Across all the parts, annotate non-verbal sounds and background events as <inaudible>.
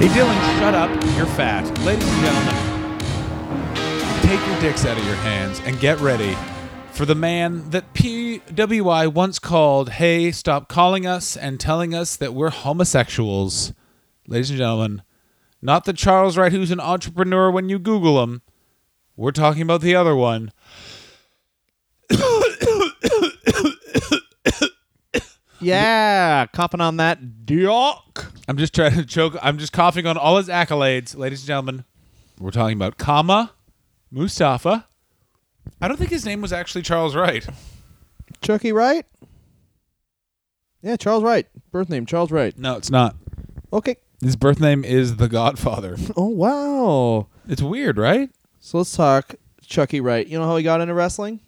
Hey, Dylan, shut up. You're fat. Ladies and gentlemen, take your dicks out of your hands and get ready for the man that PWI once called, Hey, stop calling us and telling us that we're homosexuals. Ladies and gentlemen, not the Charles Wright who's an entrepreneur when you Google him. We're talking about the other one. Yeah, coughing on that duck. I'm just trying to choke. I'm just coughing on all his accolades, ladies and gentlemen. We're talking about Kama Mustafa. I don't think his name was actually Charles Wright. Chucky Wright? Yeah, Charles Wright. Birth name Charles Wright. No, it's not. Okay. <clears throat> His birth name is The <laughs> Godfather. Oh wow. It's weird, right? So let's talk Chucky Wright. You know how he got into wrestling?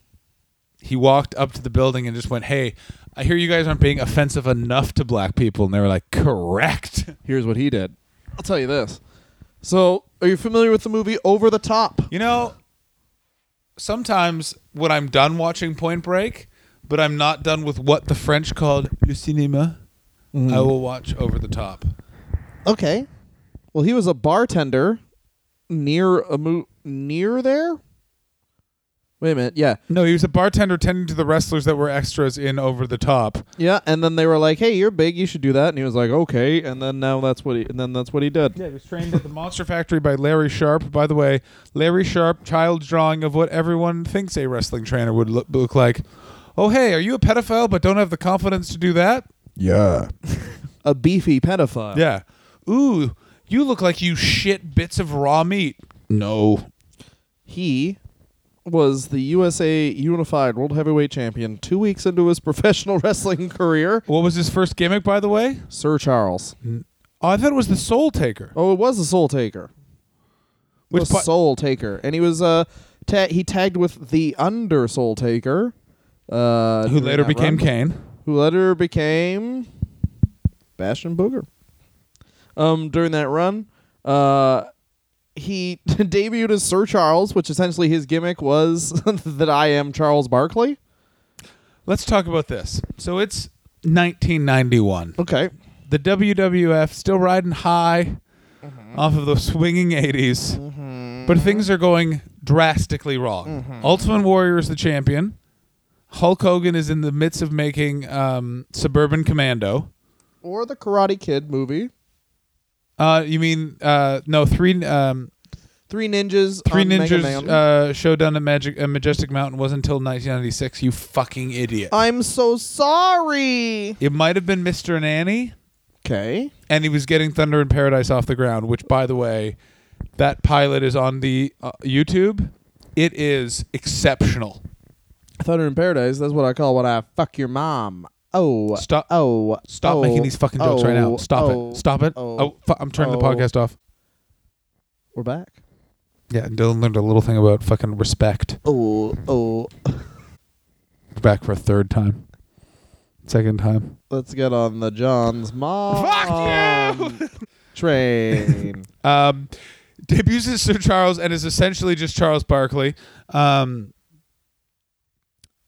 He walked up to the building and just went, "Hey, I hear you guys aren't being offensive enough to black people," and they were like, "Correct." <laughs> Here's what he did. I'll tell you this. So, are you familiar with the movie Over the Top? You know, sometimes when I'm done watching Point Break, but I'm not done with what the French called le cinéma, I will watch Over the Top. Okay. Well, he was a bartender near a mo- near there. Wait a minute. Yeah. No, he was a bartender tending to the wrestlers that were extras in Over the Top. Yeah, and then they were like, "Hey, you're big, you should do that." And he was like, "Okay." And then now that's what he and then that's what he did. Yeah, he was trained at the Monster Factory by Larry Sharp. By the way, Larry Sharp, child's drawing of what everyone thinks a wrestling trainer would look, look like. Oh, hey, are you a pedophile but don't have the confidence to do that? Yeah. a beefy pedophile. Yeah. Ooh, you look like you shit bits of raw meat. No. He was the USA Unified World Heavyweight Champion 2 weeks into his <laughs> professional wrestling career. What was his first gimmick, by the way? Sir Charles. Oh, I thought it was the Soul Taker. Oh, it was the Soul Taker. Which Which pa- Soul Taker. And he was uh ta- he tagged with the Under Soul Taker. Uh Who during later that became run. Kane. who later became Bastion Booger. Um, during that run, uh, he <laughs> debuted as Sir Charles, which essentially his gimmick was <laughs> that I am Charles Barkley. Let's talk about this. So it's 1991. Okay. the WWF still riding high Mm-hmm. off of those swinging 80s, but things are going drastically wrong. Mm-hmm. Ultimate Warrior is the champion. Hulk Hogan is in the midst of making um, Suburban Commando. Or the Karate Kid movie. Uh, you mean uh, no three um, Three Ninjas. three on Mega ninjas Man. uh, showdown at Magic at Majestic Mountain was until 1996. You fucking idiot! I'm so sorry. it might have been Mr. Nanny, Okay. and he was getting Thunder in Paradise off the ground. Which, by the way, that pilot is on the uh, YouTube. It is exceptional. Thunder in Paradise. That's what I call when I fuck your mom. Oh. Stop- Oh. Stop oh, making these fucking jokes right now. oh, Stop oh, it. Stop it. oh. Oh, fu- I'm turning the oh. podcast off. We're back. Yeah, and Dylan learned a little thing about fucking respect. Oh. Oh. Back for a third time, second time. Let's get on the John's mom. Fuck you! Train. Um, <laughs> debuts as Sir Charles and is essentially just Charles Barkley. Um,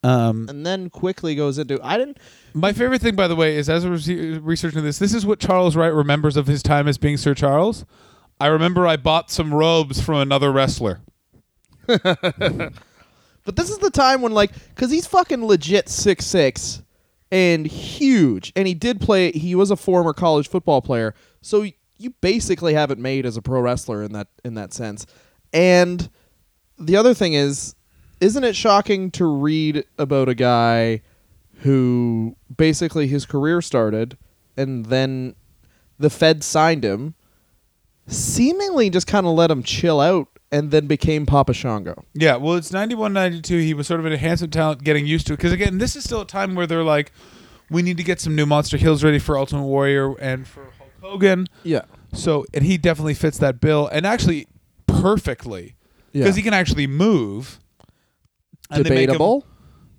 um, and then quickly goes into I didn't My favorite thing, by the way, is as I was researching this, this is what Charles Wright remembers of his time as being Sir Charles. I remember I bought some robes from another wrestler. but this is the time when like cuz he's fucking legit six six and huge and he did play he was a former college football player. So you basically haven't made as a pro wrestler in that in that sense. And the other thing is isn't it shocking to read about a guy who basically his career started and then the Fed signed him, seemingly just kind of let him chill out and then became Papa Shango. Yeah, well, it's 91, 92. He was sort of an handsome talent getting used to it. Because, again, this is still a time where they're like, we need to get some new Monster Heels ready for Ultimate Warrior and for Hulk Hogan. Yeah. So, and he definitely fits that bill and actually perfectly Yeah. because he can actually move. And they make him- Debatable.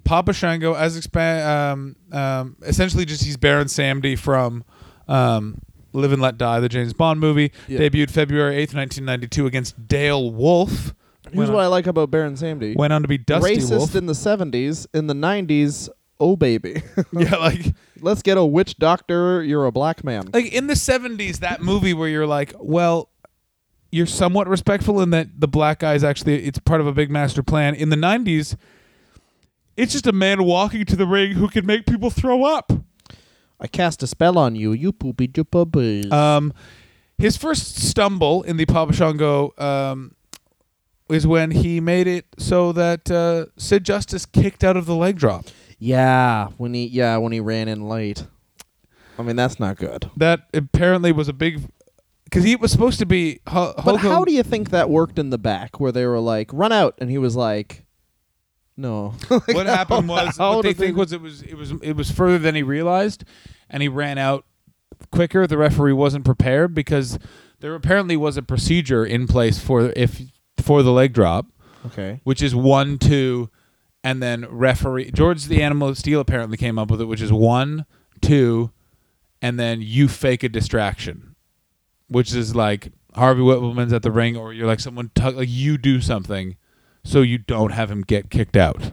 Papa Shango as expa- um, um, essentially just he's Baron Samdi from um, Live and Let Die, the James Bond movie, Yeah. debuted February eighth, nineteen ninety two, against Dale Wolf. Here's went, what I on, like about Baron Samdi. went on to be Dusty Racist Wolf. in the 70s, in the 90s, oh baby. <laughs> <laughs> yeah, like Let's get a witch doctor. You're a black man. like in the 70s that movie where you're like well you're somewhat respectful in that the black guy is actually it's part of a big master plan in the 90s it's just a man walking to the ring who can make people throw up I cast a spell on you. You poopy juppa um his first stumble in the Papa Shango um is when he made it so that uh, Sid Justice kicked out of the leg drop. Yeah, when he yeah when he ran in late. I mean that's not good. That apparently was a big because he was supposed to be. Ho- But Hogan- how do you think that worked in the back where they were like run out and he was like, no. <laughs> what happened was how what they did they- think was it was it was it was further than he realized, and he ran out quicker. The referee wasn't prepared because there apparently was a procedure in place for if for the leg drop, okay. which is one two, and then referee George the Animal Steel apparently came up with it, which is one two, and then you fake a distraction, which is like Harvey Whippleman's at the ring, or you're like someone tuck like you do something. So you don't have him get kicked out.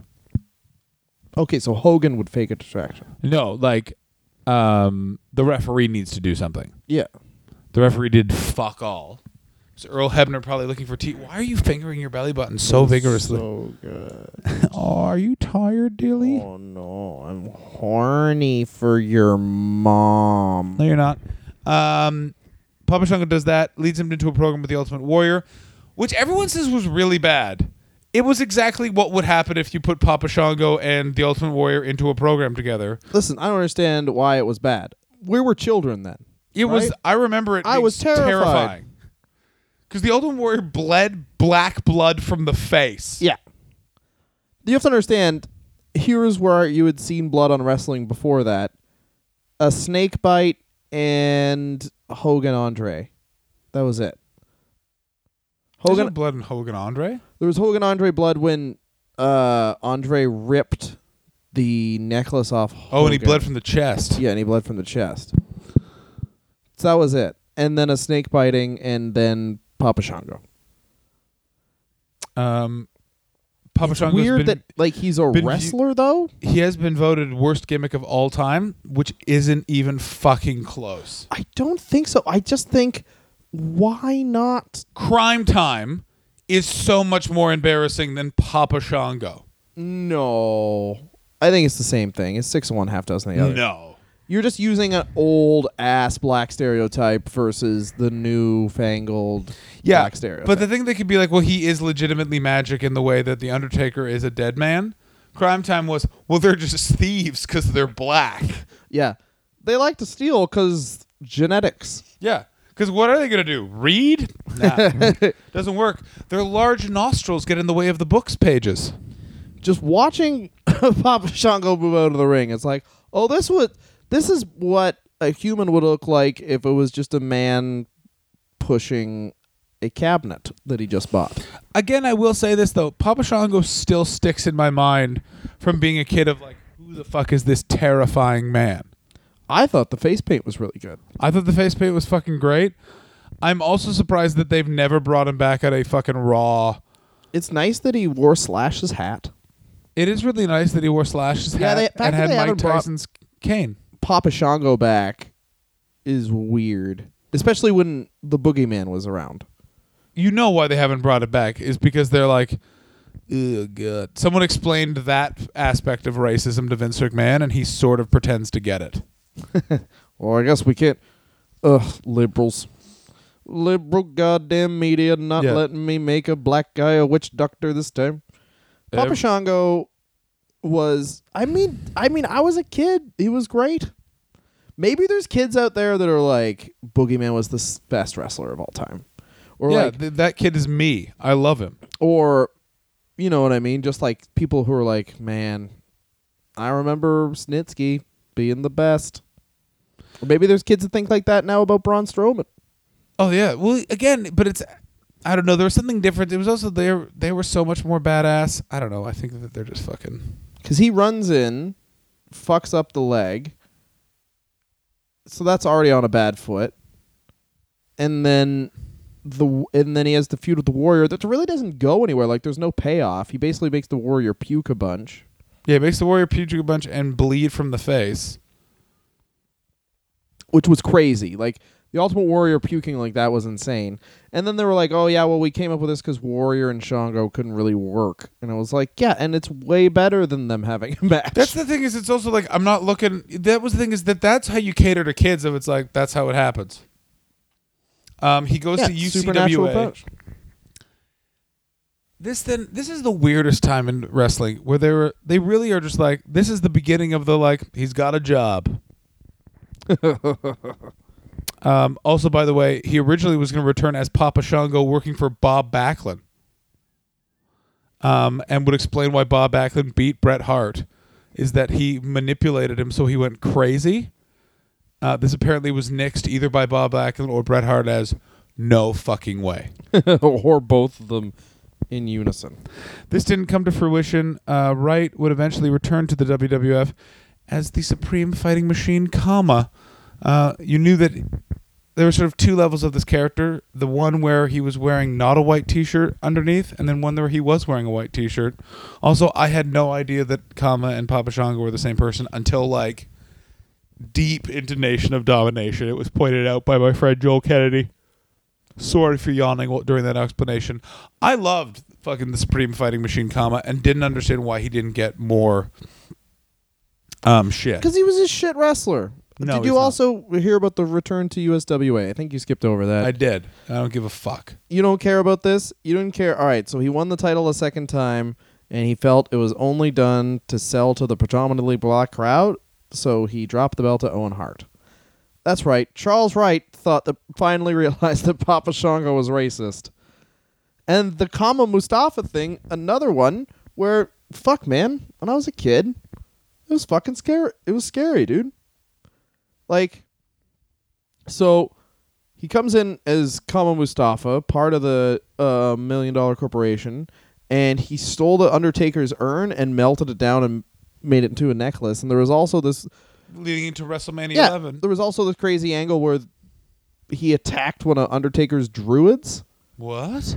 Okay, so Hogan would fake a distraction. No, like um, the referee needs to do something. Yeah. The referee did fuck all. So Earl Hebner probably looking for tea. Why are you fingering your belly button so vigorously? So good. oh, <laughs> are you tired, Dilly? Oh no, I'm horny for your mom. No, you're not. Um, Papa Shango does that, leads him into a program with the Ultimate Warrior, which everyone says was really bad. It was exactly what would happen if you put Papa Shango and the Ultimate Warrior into a program together. Listen, I don't understand why it was bad. We were children then. It was. Right? I remember it. I being was terrified. terrifying. Because the Ultimate Warrior bled black blood from the face. Yeah. You have to understand, here's where you had seen blood on wrestling before that. A snake bite and Hogan Andre. That was it. There's no Hogan blood in Hogan Andre. there was Hogan Andre blood when uh Andre ripped the necklace off Hogan. Oh, and he bled from the chest. Yeah, and he bled from the chest. So that was it. And then a snake biting and then Papa Shango. Um, Papa It's Shango's weird been, that like he's a been view- wrestler though. he has been voted worst gimmick of all time, which isn't even fucking close. I don't think so. I just think why not? Crime Time is so much more embarrassing than Papa Shango. No. I think it's the same thing. It's six of one, half dozen of the other. No. You're just using an old ass black stereotype versus the new fangled Yeah, black stereotype. but the thing they could be like, well, he is legitimately magic in the way that the Undertaker is a dead man. Crime Time was, well, they're just <laughs> thieves because they're black. yeah. They like to steal because genetics. Yeah, because what are they gonna do? Read? <laughs> Nah, doesn't work. Their large nostrils get in the way of the book's pages. just watching <laughs> Papa Shango move out of the ring, it's like, oh, this would, this is what a human would look like if it was just a man pushing a cabinet that he just bought. Again, I will say this though: Papa Shango still sticks in my mind from being a kid of like, who the fuck is this terrifying man? I thought the face paint was really good. I thought the face paint was fucking great. I'm also surprised that they've never brought him back at a fucking raw. It's nice that he wore Slash's hat. It is really nice that he wore Slash's Yeah, hat they- fact and that had they Mike haven't brought- Tyson's cane. Papa Shango back is weird, especially when the boogeyman was around. you know why they haven't brought it back is because they're like, oh god. Someone explained that aspect of racism to Vince McMahon, and he sort of pretends to get it. Well, I guess we can't. Ugh, liberals. Liberal goddamn media not Yeah. letting me make a black guy a witch doctor this time. Papa Ev- Shango was I mean I mean I was a kid. He was great. Maybe there's kids out there that are like Boogeyman was the s- best wrestler of all time. Or yeah, like th- that kid is me. I love him. or you know what I mean, just like people who are like, "Man, I remember Snitsky being the best." Or maybe there's kids that think like that now about Braun Strowman. Oh yeah. Well, again, but it's I don't know. There was something different. It was also they they were so much more badass. I don't know. I think that they're just fucking. Because he runs in, fucks up the leg. So that's already on a bad foot. And then the and then he has the feud with the warrior that really doesn't go anywhere. Like there's no payoff. He basically makes the warrior puke a bunch. Yeah, it makes the warrior puke a bunch and bleed from the face. which was crazy. Like the Ultimate Warrior puking like that was insane. And then they were like, "Oh yeah, well we came up with this because Warrior and Shango couldn't really work." And I was like, "Yeah," and it's way better than them having a match. That's the thing is it's also like I'm not looking. That was the thing is that that's how you cater to kids. If it's like that's how it happens. Um, he goes <laughs> yeah, to supernatural UCWA. approach. This then this is the weirdest time in wrestling where they were they really are just like this is the beginning of the like he's got a job. um, also, by the way, he originally was going to return as Papa Shango working for Bob Backlund. Um, and would explain why Bob Backlund beat Bret Hart is that he manipulated him so he went crazy. Uh, this apparently was nixed either by Bob Backlund or Bret Hart as no fucking way. <laughs> or both of them in unison. This didn't come to fruition. Uh, Wright would eventually return to the WWF as the Supreme Fighting Machine, comma. Uh, you knew that there were sort of two levels of this character. The one where he was wearing not a white T-shirt underneath, and then one where he was wearing a white T-shirt. Also, I had no idea that comma and Papa Shango were the same person until like deep into Nation of Domination. It was pointed out by my friend Joel Kennedy. Sorry for yawning while- during that explanation. I loved fucking the Supreme Fighting Machine, comma, and didn't understand why he didn't get more um shit. Because he was a shit wrestler. No, Did he's you not. also hear about the return to USWA? I think you skipped over that. I did. I don't give a fuck. you don't care about this? You didn't care. All right, so he won the title a second time, and he felt it was only done to sell to the predominantly black crowd, so he dropped the belt to Owen Hart. That's right. Charles Wright thought that <laughs> finally realized that Papa Shango was racist. And the Kama Mustafa thing, another one where fuck man, when I was a kid, it was fucking scary. It was scary, dude. Like so he comes in as Kama Mustafa, part of the uh, million dollar corporation, and he stole the Undertaker's urn and melted it down and made it into a necklace. And there was also this Leading into WrestleMania yeah, 11. there was also this crazy angle where he attacked one of Undertaker's druids. What?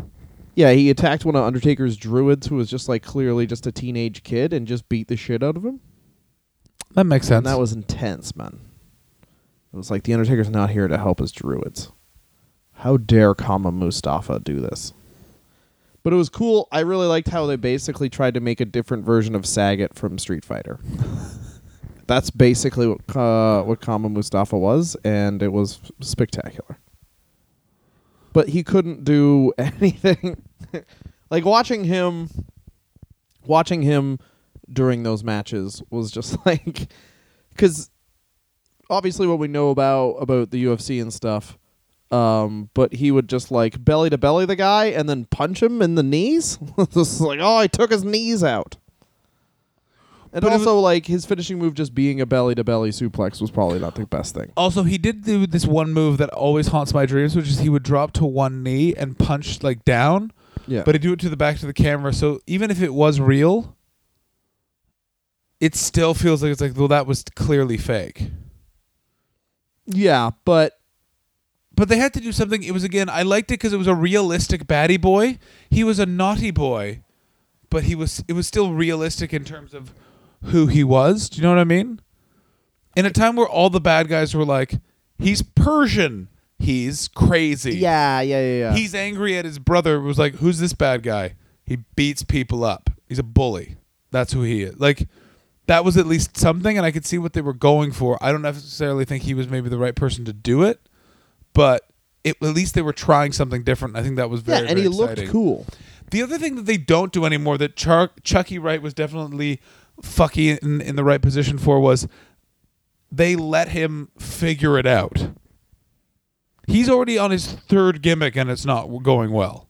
Yeah, he attacked one of Undertaker's druids who was just like clearly just a teenage kid and just beat the shit out of him. That makes sense. And that was intense, man. It was like the Undertaker's not here to help his druids. How dare Kama Mustafa do this? But it was cool. I really liked how they basically tried to make a different version of Sagat from Street Fighter. <laughs> That's basically what uh, what Kama Mustafa was, and it was spectacular. But he couldn't do <laughs> anything. like watching him, watching him during those matches was just <laughs> like, because obviously what we know about about the UFC and stuff. Um, but he would just like belly to belly the guy and then punch him in the knees. <laughs> This is like, oh, I took his knees out. And But it also, like his finishing move, just being a belly to belly suplex, was probably not the best thing. also, he did do this one move that always haunts my dreams, which is he would drop to one knee and punch like down, Yeah, but he'd do it to the back to the camera. So even if it was real, it still feels like it's like, well, that was clearly fake. yeah, but But they had to do something. It was again. I liked it because it was a realistic baddie boy. He was a naughty boy, but he was. It was still realistic in terms of who he was. Do you know what I mean? In a time where all the bad guys were like, he's Persian, he's crazy, yeah, yeah, yeah, yeah. he's angry at his brother. It Was like, who's this bad guy? He beats people up. He's a bully. That's who he is. Like. That was at least something, and I could see what they were going for. I don't necessarily think he was maybe the right person to do it, but it, at least they were trying something different. I think that was yeah, very, and very he looked exciting. cool. The other thing that they don't do anymore that Char- Chucky Wright was definitely fucky in, in the right position for was they let him figure it out. He's already on his third gimmick and it's not going well.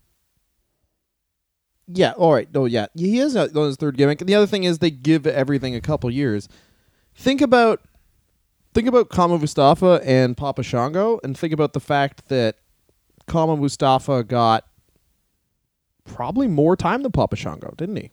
Yeah, all right. No, yeah. He is on his third gimmick. And the other thing is they give everything a couple years. Think about think about Kama Mustafa and Papa Shango and think about the fact that Kama Mustafa got probably more time than Papa Shango, didn't he?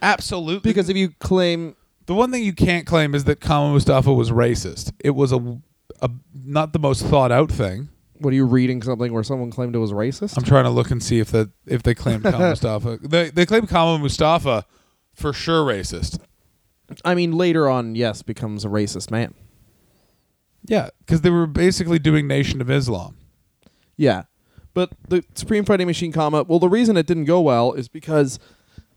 Absolutely. Because if you claim The one thing you can't claim is that Kama Mustafa was racist. It was a, a not the most thought out thing. what are you reading something where someone claimed it was racist? I'm trying to look and see if that if they claim <laughs> Kama Mustafa. They they claim Kama Mustafa for sure racist. I mean later on, yes, becomes a racist man. Yeah, because they were basically doing Nation of Islam. Yeah. But the Supreme Fighting Machine comma, well, the reason it didn't go well is because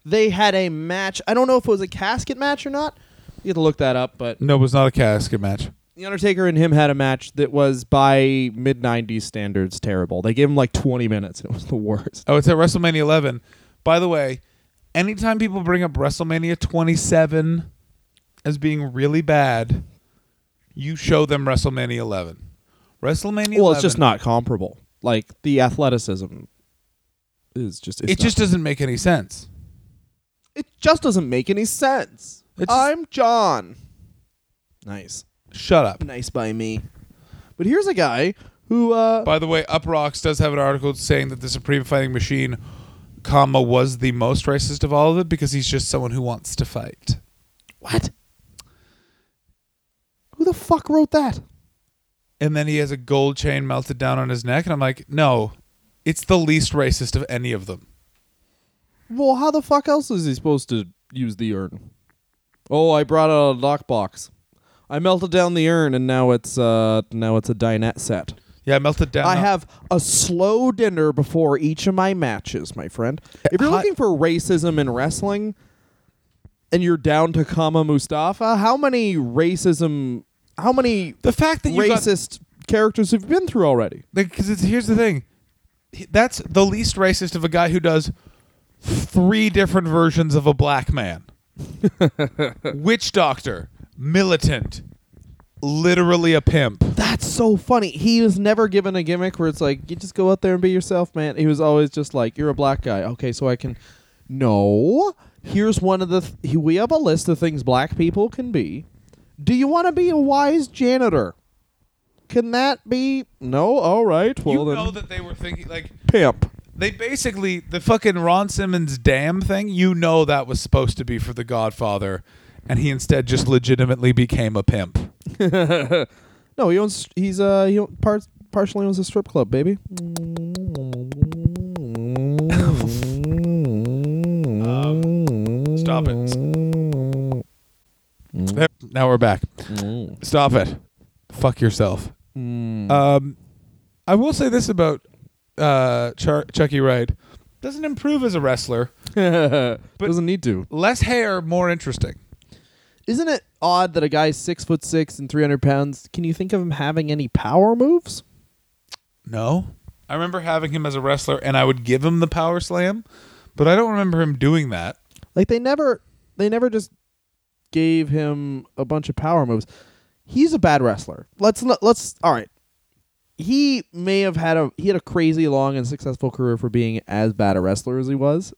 they had a match. I don't know if it was a casket match or not. You have to look that up, but No, it was not a casket match. The Undertaker and him had a match that was by mid 90s standards terrible. They gave him like 20 minutes and it was the worst. Oh, it's at WrestleMania 11. By the way, anytime people bring up WrestleMania 27 as being really bad, you show them WrestleMania 11. WrestleMania 11, Well, it's just not comparable. Like the athleticism is just it's it just doesn't make any sense. it just doesn't make any sense. It's- I'm John. Nice. Shut up. Nice by me. But here's a guy who uh By the way, Up Rocks does have an article saying that the Supreme Fighting Machine, comma, was the most racist of all of it because he's just someone who wants to fight. What? Who the fuck wrote that? And then he has a gold chain melted down on his neck, and I'm like, no, it's the least racist of any of them. Well, how the fuck else is he supposed to use the urn? Oh, I brought out a lockbox. I melted down the urn, and now it's uh now it's a dinette set. Yeah, melted down. I on- have a slow dinner before each of my matches, my friend. If you're Hot- looking for racism in wrestling, and you're down to Kama Mustafa, how many racism, how many the fact that you got racist characters have you been through already? because it's here's the thing, He- that's the least racist of a guy who does three different versions of a black man, witch doctor, militant, literally a pimp. That's so funny. He was never given a gimmick where it's like, you just go out there and be yourself, man. He was always just like, you're a black guy. Okay, so I can. No. Here's one of the. Th- he- we have a list of things black people can be. Do you want to be a wise janitor? Can that be. No? All right. Well, you then. know that they were thinking like pimp. they basically the fucking Ron Simmons damn thing. You know that was supposed to be for The Godfather, and he instead just legitimately became a pimp. No, he owns. He's uh. He own- par- partially owns a strip club, baby. Stop it. <laughs> There, now we're back. Mm. Stop it. Fuck yourself. Um, I will say this about uh, Char- Chucky Wright. Doesn't improve as a wrestler. Doesn't need to. Less hair, more interesting. Isn't it odd that a guy six foot six and three hundred pounds? Can you think of him having any power moves? No. I remember having him as a wrestler and I would give him the power slam, but I don't remember him doing that. Like they never, they never just gave him a bunch of power moves. He's a bad wrestler. Let's not. Let's all right. He may have had a he had a crazy long and successful career for being as bad a wrestler as he was.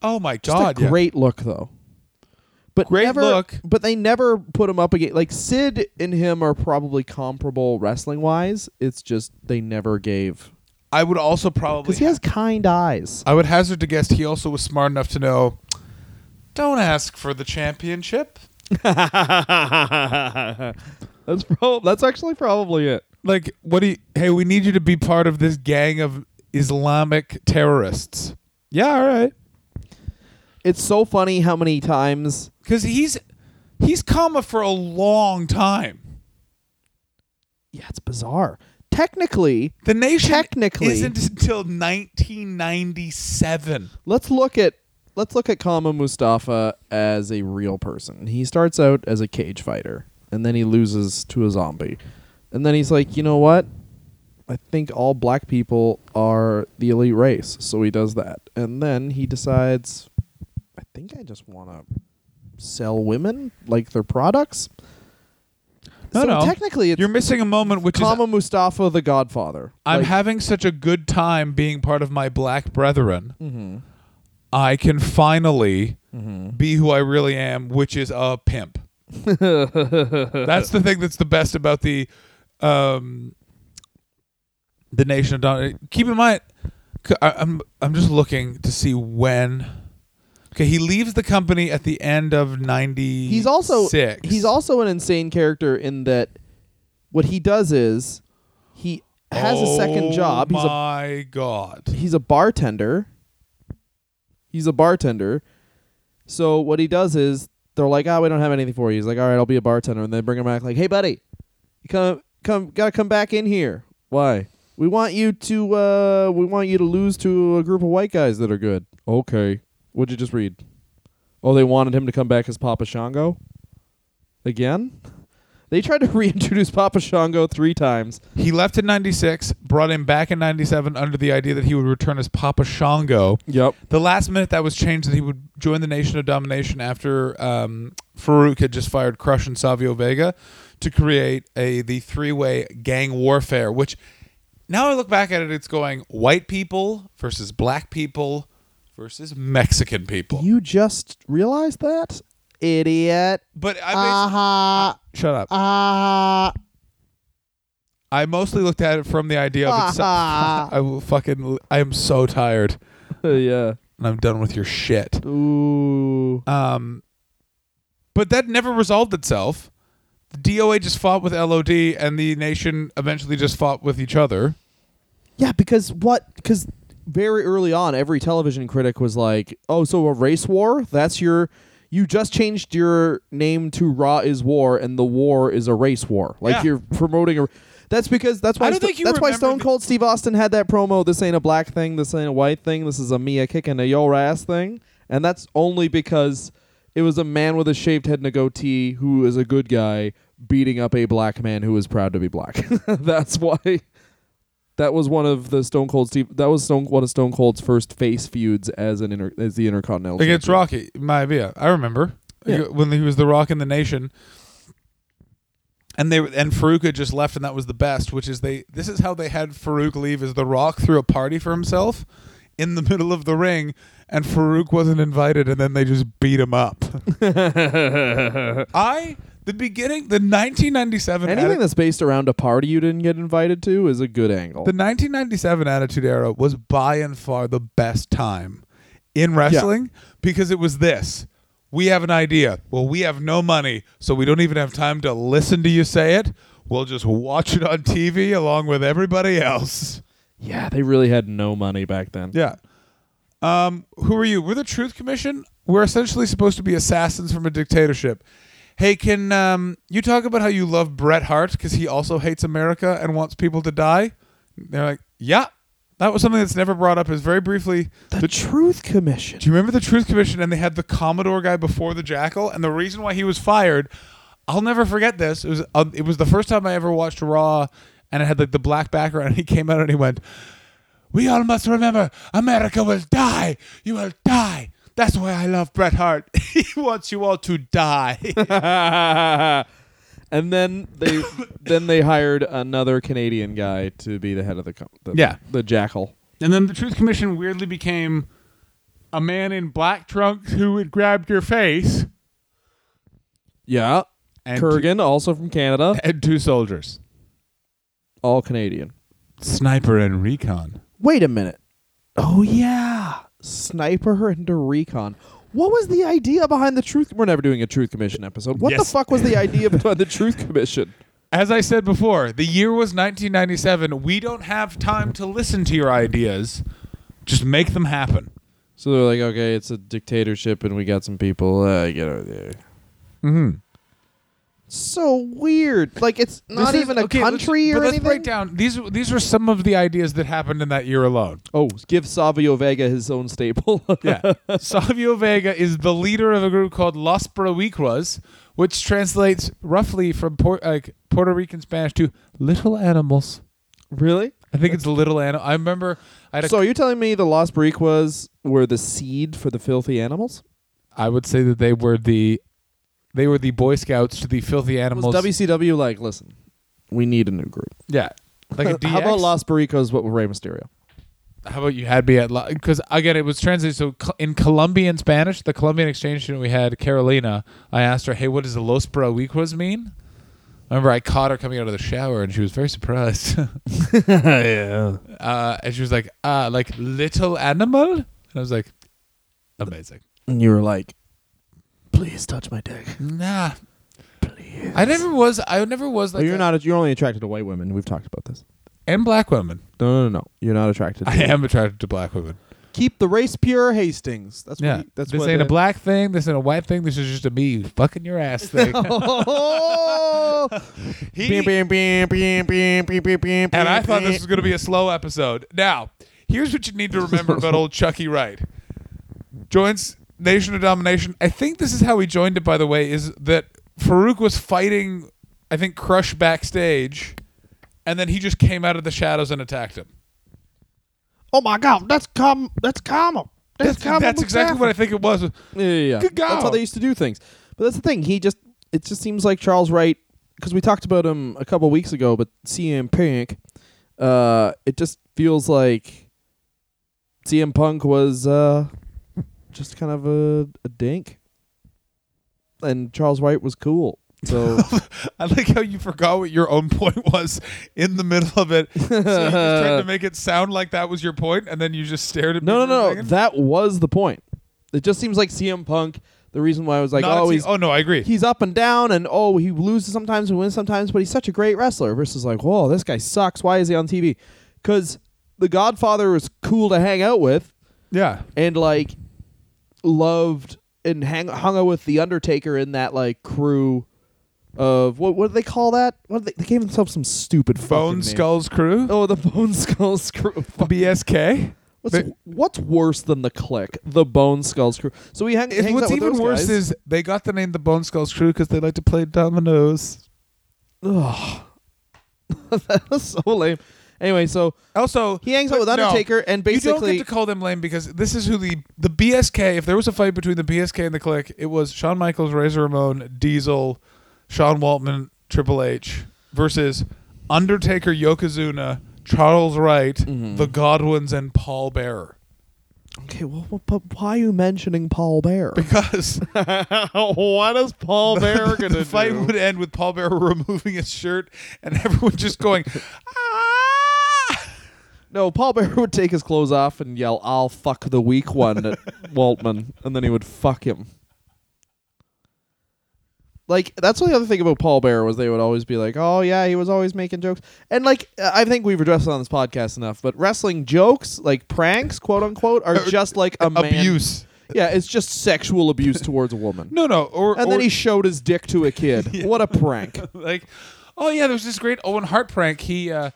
Oh my Just god. a yeah. great look though. But Great never, look. But they never put him up again. Like Sid and him are probably comparable wrestling wise. It's just they never gave I would also probably because he has kind <laughs> eyes. I would hazard to guess he also was smart enough to know don't ask for the championship. that's prob- that's actually probably it. Like, what do you, hey, we need you to be part of this gang of Islamic terrorists. Yeah, all right. It's so funny how many times Because he's, he's comma for a long time. yeah, it's bizarre. Technically, The nation Technically- isn't until 1997. let's look at let's look at Kama Mustafa as a real person. He starts out as a cage fighter and then he loses to a zombie. And then he's like, "You know what? I think all black people are the elite race." So he does that. And then he decides, "I think I just want to sell women like their products." No, so no. technically it's You're missing a moment, which Kama is Mustafa the Godfather. I'm having such a good time being part of my black brethren. Mhm. I can finally Mhm. be who I really am, which is a <laughs> pimp. that's the thing that's the best about the um, the nation of Don. Keep in mind, c- I, am I'm just looking to see when. Okay, he leaves the company at the end of ninety. He's also six. he's also an insane character in that what he does is he has a second job. Oh He's a my god! he's a bartender. He's a bartender. So what he does is they're like, "Ah, we don't have anything for you." He's like, "All right, I'll be a bartender." And they bring him back like, "Hey, buddy, You come come gotta come back in here. Why? We want you to uh we want you to lose to a group of white guys that are good. Okay. What'd you just read? Oh, they wanted him to come back as Papa Shango? Again? They tried to <laughs> reintroduce Papa Shango three times. He left in 96, brought him back in 97 under the idea that he would return as Papa Shango. Yep. The last minute that was changed that he would join the Nation of Domination after um, Farouk had just fired Crush and Savio Vega to create a the three way gang warfare. Which now I look back at it, it's going white people versus black people versus Mexican people. You just realized that? Idiot. but I basi- Uh-huh. shut up. Uh, I mostly looked at it from the idea of it's. <laughs> I will fucking. I am so tired, yeah. and I'm done with your shit. Ooh. Um, but that never resolved itself. The DOA just fought with LOD, and the nation eventually just fought with each other. Yeah, because what? Because very early on, every television critic was like, "Oh, so a race war? That's your." You just changed your name to Raw is War, and the war is a race war. Like Yeah. you're promoting a. That's because that's why I don't Sto- think you that's why remember Stone the- Cold Steve Austin had that promo. This ain't a black thing. This ain't a white thing. This is a Mia kicking a your ass thing, and that's only because it was a man with a shaved head and a goatee who is a good guy beating up a black man who is proud to be black. <laughs> that's why. That was one of the Stone Cold Steve. That was Stone, one of Stone Cold's first face feuds as an inter, as the Intercontinental. Against Champion. Rocky, my idea. I remember Yeah. when he was the Rock in the nation, and they and Farouk had just left, and that was the best. Which is they. This is how they had Farouk leave: is the Rock threw a party for himself in the middle of the ring, and Farouk wasn't invited, and then they just beat him <laughs> up. I the beginning the 1997 Anything that's based around a party you didn't get invited to is a good angle. The 1997 Attitude Era was by and far the best time in wrestling because it was this. We have an idea. Well, we have no money, so we don't even have time to listen to you say it. We'll just watch it on TV along with everybody else. yeah, they really had no money back then. Yeah. Um, who are you? We're the Truth Commission. We're essentially supposed to be assassins from a dictatorship. Hey, can um, you talk about how you love Bret Hart because he also hates America and wants people to die? They're like, yeah. That was something that's never brought up. Is very briefly. The, the- <laughs> Truth Commission. <laughs> do you remember the Truth Commission and they had the Commodore guy before the Jackal? And the reason why he was fired, I'll never forget this. It was uh, it was the first time I ever watched Raw, and it had like the black background. And he came out and he went, "We all must remember, America will die. You will die. That's why I love Bret Hart. <laughs> he wants you all to die." <laughs> and then <laughs> they then they hired another Canadian guy to be the head of the com- the, Yeah. the jackal. and then the Truth Commission weirdly became a man in black trunks who would grab your face Yeah, and two, Kurgan, also from Canada, <laughs> and two soldiers, all Canadian. sniper and recon. Wait a minute. Oh yeah, sniper into recon. What was the idea behind the truth? We're never doing a truth commission episode. What Yes. the fuck was the <laughs> idea behind the truth commission? As I said before, the year was 1997. We don't have time to listen to your ideas. Just make them happen. So they're like, okay, it's a dictatorship, and we got some people. Uh, get over there. Mm-hmm. So weird. Like it's not even a country but or let's anything. break down. These these are some of the ideas that happened in that year alone. Oh, give Savio Vega his own staple. <laughs> Yeah. <laughs> Savio Vega is the leader of a group called Los Boricuas, which translates roughly from Port, like Puerto Rican Spanish to little animals. really? I think it's little animal. I remember I had a So are you telling me the Los Boricuas were the seed for the filthy animals? I would say that they were the they were the Boy Scouts to the filthy animals. Was WCW like, listen, we need a new group. Yeah. Like a DX. <laughs> How about Los Barricos? What were Rey Mysterio? How about you had me at because again it was translated. So col- in Colombian Spanish, the Colombian exchange student we had, Carolina, I asked her, "Hey, what does the Los Paraguicos mean?" I remember I caught her coming out of the shower and she was very surprised. <laughs> <laughs> yeah. uh, and she was like, "Ah, like little animal," and I was like, "Amazing." And you were like, please touch my dick. <laughs> Nah, Please. I never was. I never was like. you're a- not. you're only attracted to white women. We've talked about this. and black women. No, no, no. no. You're not attracted. To I am attracted to black women. Keep the race pure, Hastings. That's Yeah, what. He, that's this what ain't uh, a black thing. This ain't a white thing. This is just a me fucking your ass thing. <laughs> <laughs> Oh, He- Bam, bam, bam, bam, bam, bam, bam, bam, and I thought bam. this was going to be a slow episode. Now, here's what you need to remember <laughs> about old Chucky Wright. Joins Nation of Domination. I think this is how he joined it, by the way, is that Farouk was fighting, I think, Crush backstage, and then he just came out of the shadows and attacked him. Oh my God, that's com, that's common. That's, common. That's exactly what I think it was. Yeah, yeah, yeah. Good That's how God. they used to do things. But that's the thing. He just it just seems like Charles Wright because we talked about him a couple weeks ago, but CM Punk, uh, it just feels like CM Punk was uh, just kind of a, a dink, and Charles Wright was cool. <laughs> So I like how you forgot what your own <laughs> point was in the middle of it. So you just <laughs> tried to make it sound like that was your point, and then you just stared at me. no, for a no, no, second. that was the point. It just seems like CM Punk. The reason why I was like, Not oh, at he's you. oh no, I agree. he's up and down and oh he loses sometimes and wins sometimes but he's such a great wrestler versus like whoa this guy sucks why is he on tv because the godfather was cool to hang out with yeah, and like loved and hang, hung out with the undertaker in that like crew of what what do they call that what do they, they gave themselves some stupid fucking Bone name. Skulls Crew, oh the <laughs> bone skulls crew Fuck. BSK. what's, They- what's worse than the click the bone skulls crew so we hang, It's- hangs out what's with even those worse guys. is they got the name the Bone Skulls Crew because they like to play dominoes. Ugh. <laughs> That's so lame. Anyway, so Also, he hangs out but with no, Undertaker and you don't basically get to call them lame because this is who the the BSK. If there was a fight between the BSK and the Click, it was Shawn Michaels, Razor Ramon, Diesel, Shawn Waltman, Triple H versus Undertaker, Yokozuna, Charles Wright, Mm-hmm. the Godwins, and Paul Bearer. okay. Well, well, but why are you mentioning <laughs> Paul Bear? Because what is Paul <laughs> <laughs> Bear the fight would end with Paul Bearer <laughs> removing his shirt and everyone just going, ah! No, Paul Bear would take his clothes off and yell, "I'll fuck the weak <laughs> one," at Waltman, and then he would fuck him. Like that's the other thing about Paul Bear was they would always be like, "Oh yeah, he was always making jokes," and like I think we've addressed it on this podcast enough, but wrestling jokes, like pranks, quote unquote, are <laughs> just like a man- Abuse. Yeah, it's just sexual abuse towards a woman. <laughs> No, no. Or, And or then he showed his dick to a <laughs> kid. What a prank! like, oh yeah, there was this great Owen Hart prank. He uh,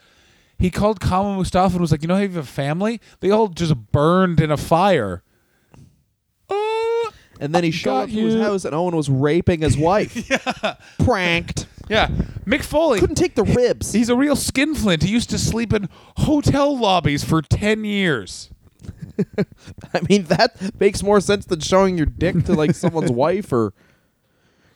he called Kama Mustafa and was like, you know how you have a family? They all just burned in a fire. Oh, And then he I showed up <laughs> got to his you. house, and Owen was raping his wife. <laughs> yeah, pranked. yeah. Mick Foley. Couldn't take the <laughs> ribs. He's a real skinflint. He used to sleep in hotel lobbies for ten years. I mean, that makes more sense than showing your dick to like <laughs> someone's wife or.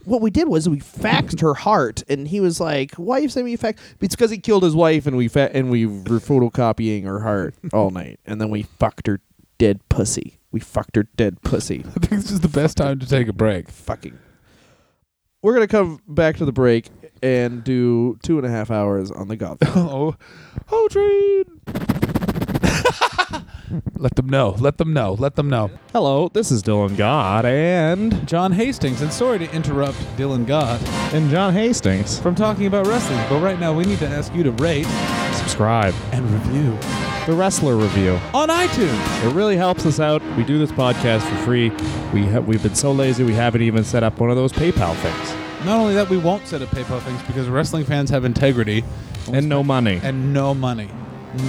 What we did was we faxed her heart, and he was like, "Why you sending me a fax?" It's because he killed his wife, and we fa- and we were photocopying her <laughs> heart all night, and then we fucked her dead pussy. We fucked her dead pussy. I think this is the best time to take a break. <laughs> Fucking. We're gonna come back to the break and do two and a half hours on the Godfather. Oh, oh, train. <laughs> Let them know. Let them know. Let them know. Hello, this is Dylan God and John Hastings, and sorry to interrupt Dylan God And John Hastings, from talking about wrestling, but right now we need to ask you to rate subscribe. and review The Wrestler Review. on iTunes. It really helps us out. We do this podcast for free. We ha- we've been so lazy we haven't even set up one of those PayPal things. Not only that, we won't set up PayPal things because wrestling fans have integrity And no money. and no money.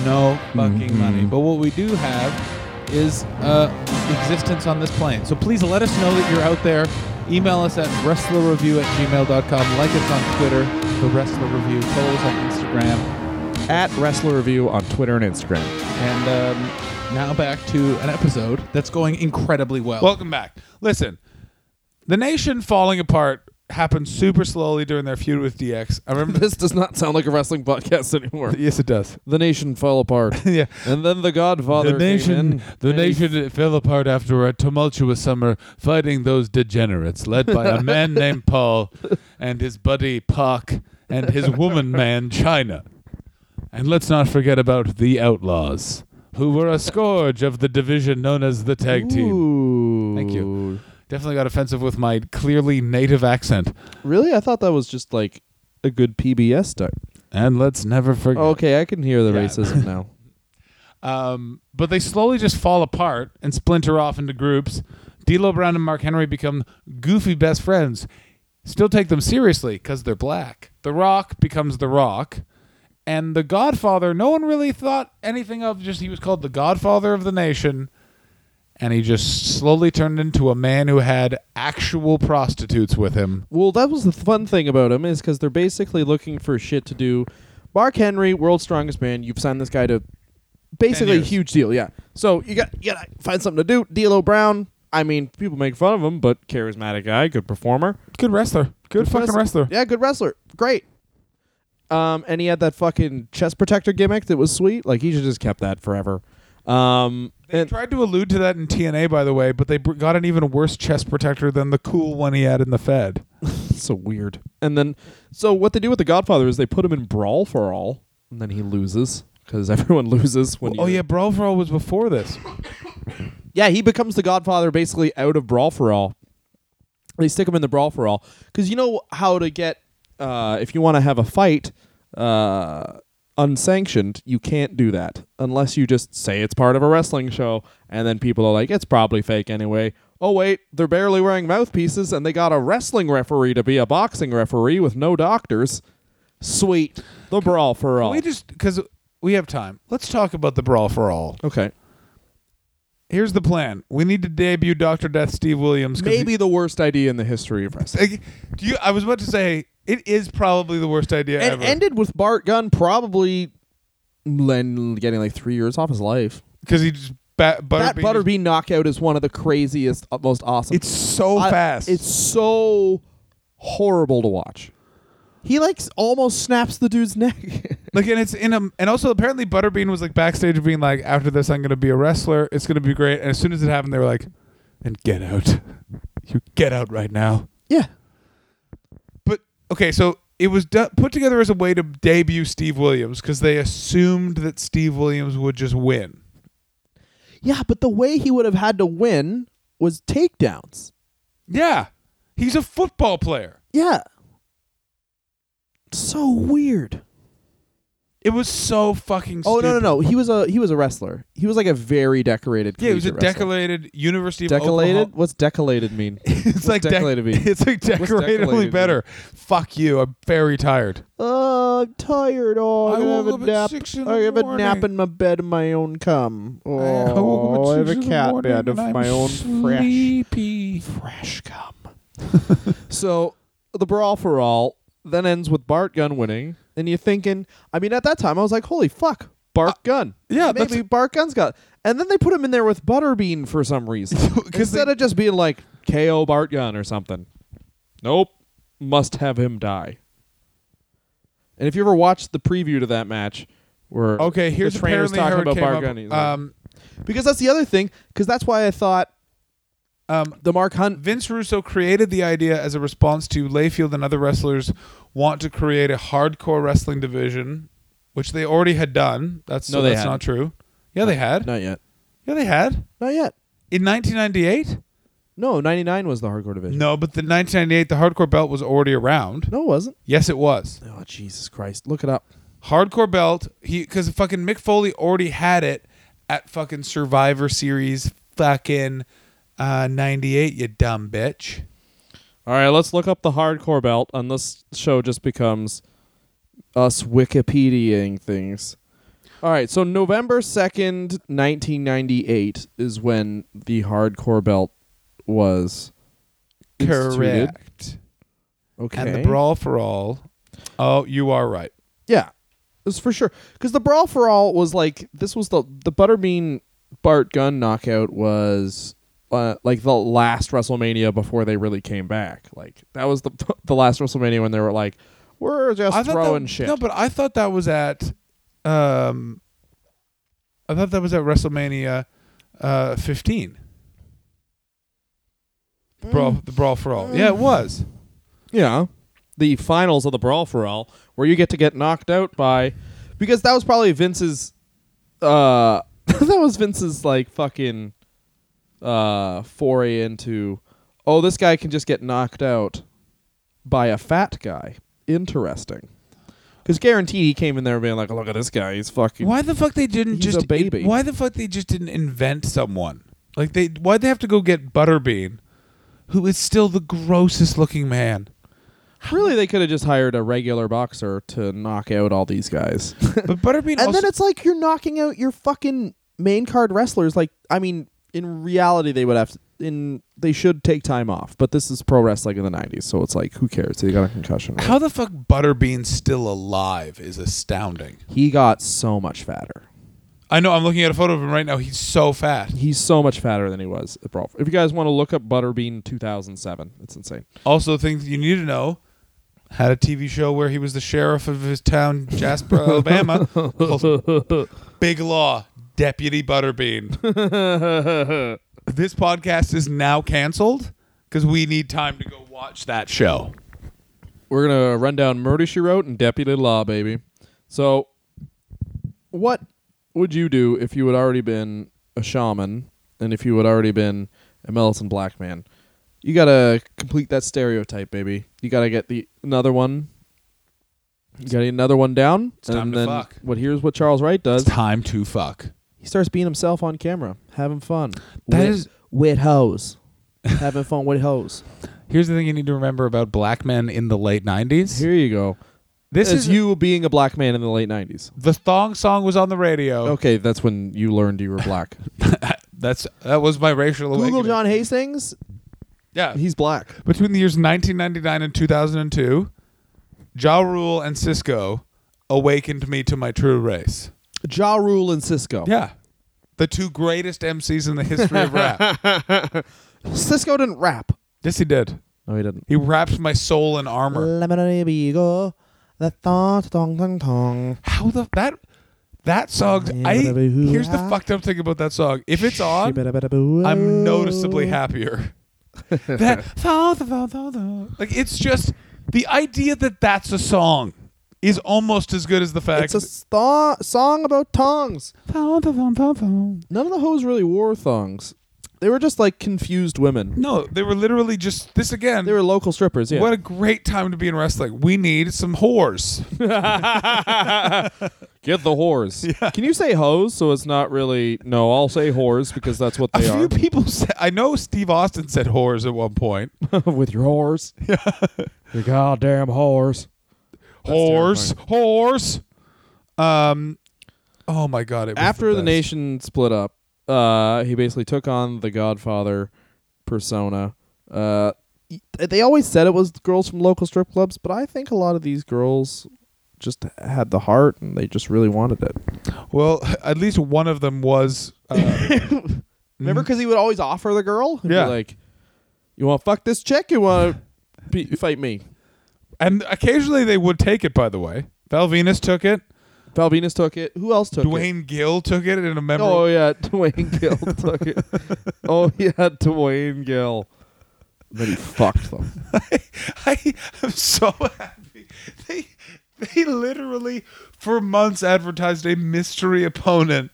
No fucking money. But what we do have is uh, existence on this plane. So please let us know that you're out there. Email us at wrestlerreview at gmail.com. Like us on Twitter, The Wrestler Review. Follow us on Instagram. At Wrestler Review on Twitter and Instagram. And um, now back to an episode that's going incredibly well. Welcome back. Listen, the nation falling apart happened super slowly during their feud with DX. I <laughs> remember. <laughs> This does not sound like a wrestling podcast anymore. yes, it does. <laughs> The nation fell <laughs> apart, Yeah. and then the Godfather. the came nation, in, the and he- nation fell apart after a tumultuous summer fighting those degenerates led by a <laughs> man named Paul and his buddy Park and his woman man China. And let's not forget about the Outlaws, who were a scourge of the division known as the tag team. Ooh. Thank you. Definitely got offensive with my clearly native accent. Really, I thought that was just like a good PBS start. And let's never forget. Okay, I can hear the <laughs> Yeah. racism now. Um, but they slowly just fall apart and splinter off into groups. D'Lo Brown and Mark Henry become goofy best friends. Still take them seriously because they're black. The Rock becomes The Rock. And The Godfather, no one really thought anything of. Just he was called the Godfather of the Nation. And he just slowly turned into a man who had actual prostitutes with him. Well, that was the fun thing about him is because they're basically looking for shit to do. Mark Henry, world's strongest man. You've signed this guy to basically a years. huge deal. Yeah. So you got you gotta find something to do. D'Lo Brown. I mean, people make fun of him, but charismatic guy, good performer, Good wrestler. Good, fucking wrestler. Yeah, good wrestler. Great. Um, and he had that fucking chest protector gimmick that was sweet. Like he should just kept that forever. Um, They and tried to allude to that in TNA, by the way, but they br- got an even worse chest protector than the cool one he had in the Fed. so weird. And then, so what they do with the Godfather is they put him in Brawl for All, and then he loses because <laughs> everyone loses when. Oh you- yeah, Brawl for All was before this. Oh. yeah. He becomes the Godfather basically out of Brawl for All. They stick him in the Brawl for All because you know how to get uh, if you want to have a fight uh, unsanctioned, you can't do that unless you just say it's part of a wrestling show, and then people are like, it's probably fake anyway. Oh wait, they're barely wearing mouthpieces, and they got a wrestling referee to be a boxing referee with no doctors. Sweet, the Brawl for All. We just because we have time. Let's talk about the Brawl for All. okay, Here's the plan. We need to debut Doctor Death Steve Williams. 'cause <laughs> maybe the worst idea in the history of wrestling. he- do you? I was about to say it is probably the worst idea and ever. ended with Bart Gunn probably len- getting like three years off his life. because he just ba- Butterbean. That just- Butterbean knockout is one of the craziest, uh, most awesome. It's so I- fast. It's so horrible to watch. He like s- almost snaps the dude's <laughs> neck. Like and it's in a and also apparently Butterbean was like backstage being like, after this I'm gonna be a wrestler, it's gonna be great. And as soon as it happened, they were like, and get out. You get out right now. yeah. But okay, so it was do- put together as a way to debut Steve Williams because they assumed that Steve Williams would just win. Yeah, but the way he would have had to win was takedowns. Yeah, he's a football player. Yeah. So weird. It was so fucking. Oh no no stupid. no! He was a he was a wrestler. He was like a very decorated. Yeah, he was a collegiate wrestler. decorated University of Decollated? Oklahoma- <laughs> What's decollated mean? It's like dec- decollated mean? <laughs> It's like What's decoratively decollated better. Fuck you. I'm very tired. <laughs> Oh, I'm tired. Oh, I I'm gonna woke have up a at nap. six in I'm the gonna have a morning. nap in my bed in my own cum. Oh, I woke up at I have a six in the cat morning bed of and I'm my own fresh, sleepy. fresh cum. <laughs> so the brawl for all then ends with Bart Gunn winning, and you're thinking. I mean, at that time, I was like, "Holy fuck, Bart Gunn!" Uh, yeah, that's- maybe Bart Gunn's got. And then they put him in there with Butterbean for some reason, 'Cause they- instead of just being like KO Bart Gunn or something. Nope, must have him die. And if you ever watched the preview to that match, where Okay, here's the trainer's apparently how talking it about came Bart up. Gunn, he's like- Um, Oh, because that's the other thing, because that's why I thought um, the Mark Hunt. <laughs> Vince Russo created the idea as a response to Layfield and other wrestlers want to create a hardcore wrestling division, which they already had done. That's No, they that's hadn't. not true. Yeah, they had. Not yet. Yeah, they had Not yet. in 1998. No, ninety nine was the hardcore division. No, but the 1998 the hardcore belt was already around. no it wasn't. Yes, it was. Oh Jesus Christ! Look it up. Hardcore belt. He because fucking Mick Foley already had it at fucking Survivor Series fucking uh, 98. You dumb bitch. All right, let's look up the hardcore belt, and this show just becomes us Wikipediaing things. All right, so November 2nd, 1998 is when the hardcore belt was instituted. Correct. Okay. And the brawl for all. Oh, you are right. Yeah, it's for sure. Because the brawl for all was like this was the the Butterbean Bart Gunn knockout was uh, like the last WrestleMania before they really came back. Like that was the <laughs> the last WrestleMania when they were like, we're just I thought throwing that, shit. No, but I thought that was at um I thought that was at WrestleMania uh 15. The brawl, the brawl for all. Yeah, it was. yeah, the finals of the brawl for all where you get to get knocked out by because that was probably Vince's. Uh, <laughs> that was Vince's like fucking uh foray into oh this guy can just get knocked out by a fat guy interesting Because guaranteed he came in there being like, look at this guy. He's fucking. Why the fuck they didn't He's just a baby. Why the fuck they just didn't invent someone? Like they why'd they have to go get Butterbean, who is still the grossest looking <laughs> man. Really, they could have just hired a regular boxer to knock out all these guys. But Butterbean and also then it's like you're knocking out your fucking main card wrestlers. Like, I mean, in reality, they would have to. In they should take time off, but this is pro wrestling in the '90s, so it's like who cares? He got a concussion. right? how the fuck Butterbean's still alive is astounding. He got so much fatter. I know I'm looking at a photo of him right now. He's so fat. He's so much fatter than he was at Brawl. If you guys want to look up Butterbean 2007, it's insane. Also, things you need to know. Had a TV show where he was the sheriff of his town, Jasper, Alabama. called Big Law, Deputy <laughs> Butterbean. this podcast is now canceled because we need time to go watch that show. We're gonna run down Murder She Wrote and Deputy Law, baby. So, what would you do if you had already been a shaman and if you had already been a Millicent Black man? You gotta complete that stereotype, baby. You gotta get the another one. You gotta get another one down, It's and time to then fuck. what? Here's what Charles Wright It's does. time to fuck. He starts being himself on camera, having fun. That with, is- with hoes, having fun <laughs> with hoes. Here's the thing you need to remember about black men in the late 90s. Here you go. this As is you. you being a black man in the late '90s. The thong song was on the radio. Okay, that's when you learned you were black. That's that was my racial <laughs> Google awakening. John Hastings. Yeah, Uh, He's black. between the years 1999 and 2002, Ja Rule and Cisco awakened me to my true race. Ja Rule and Cisco. Yeah. The two greatest MCs in the history of rap. Cisco didn't rap. yes, he did. No, he didn't. He wrapped my soul in armor. Lemonade Beagle. The thong thong thong thong. How the that that song? Yeah, I whatever, who, here's the ah. fucked up thing about that song. If it's on, I'm I'm noticeably <laughs> happier. that thong, thong, thong, thong. like it's just the idea that that's a song is almost as good as the fact. It's a sto- song about tongs. thong, thong, thong, thong, thong. None of the hoes really wore thongs. They were just like confused <laughs> women. No, they were literally just this again. They were local strippers. Yeah. What a great time to be in wrestling. We need some whores. Get the <laughs> whores. Can you say hoes? So it's not really. No, I'll say whores because that's what A they few people said. I know Steve Austin said whores at one point. are. <laughs> With your whores. your goddamn whores. whores, whores. Um, oh my god! It was after the, best. nation split up, uh, he basically took on the Godfather persona. Uh, y- they always said it was the girls from local strip clubs, but I think a lot of these girls just had the heart and they just really wanted it. Well, at least one of them was. Uh, Remember, because he would always offer the girl, He'd be Mm-hmm. Yeah. like you want to fuck this chick, you want to fight me. and occasionally they would take it. By the way, Val Venus took it. Val Venus took it. Who else took it? Dwayne Gill took it in a member. Oh yeah, <laughs> Dwayne Gill <laughs> took it. Oh yeah, Dwayne Gill. Then he fucked them. <laughs> I am so happy. They they literally for months advertised a mystery opponent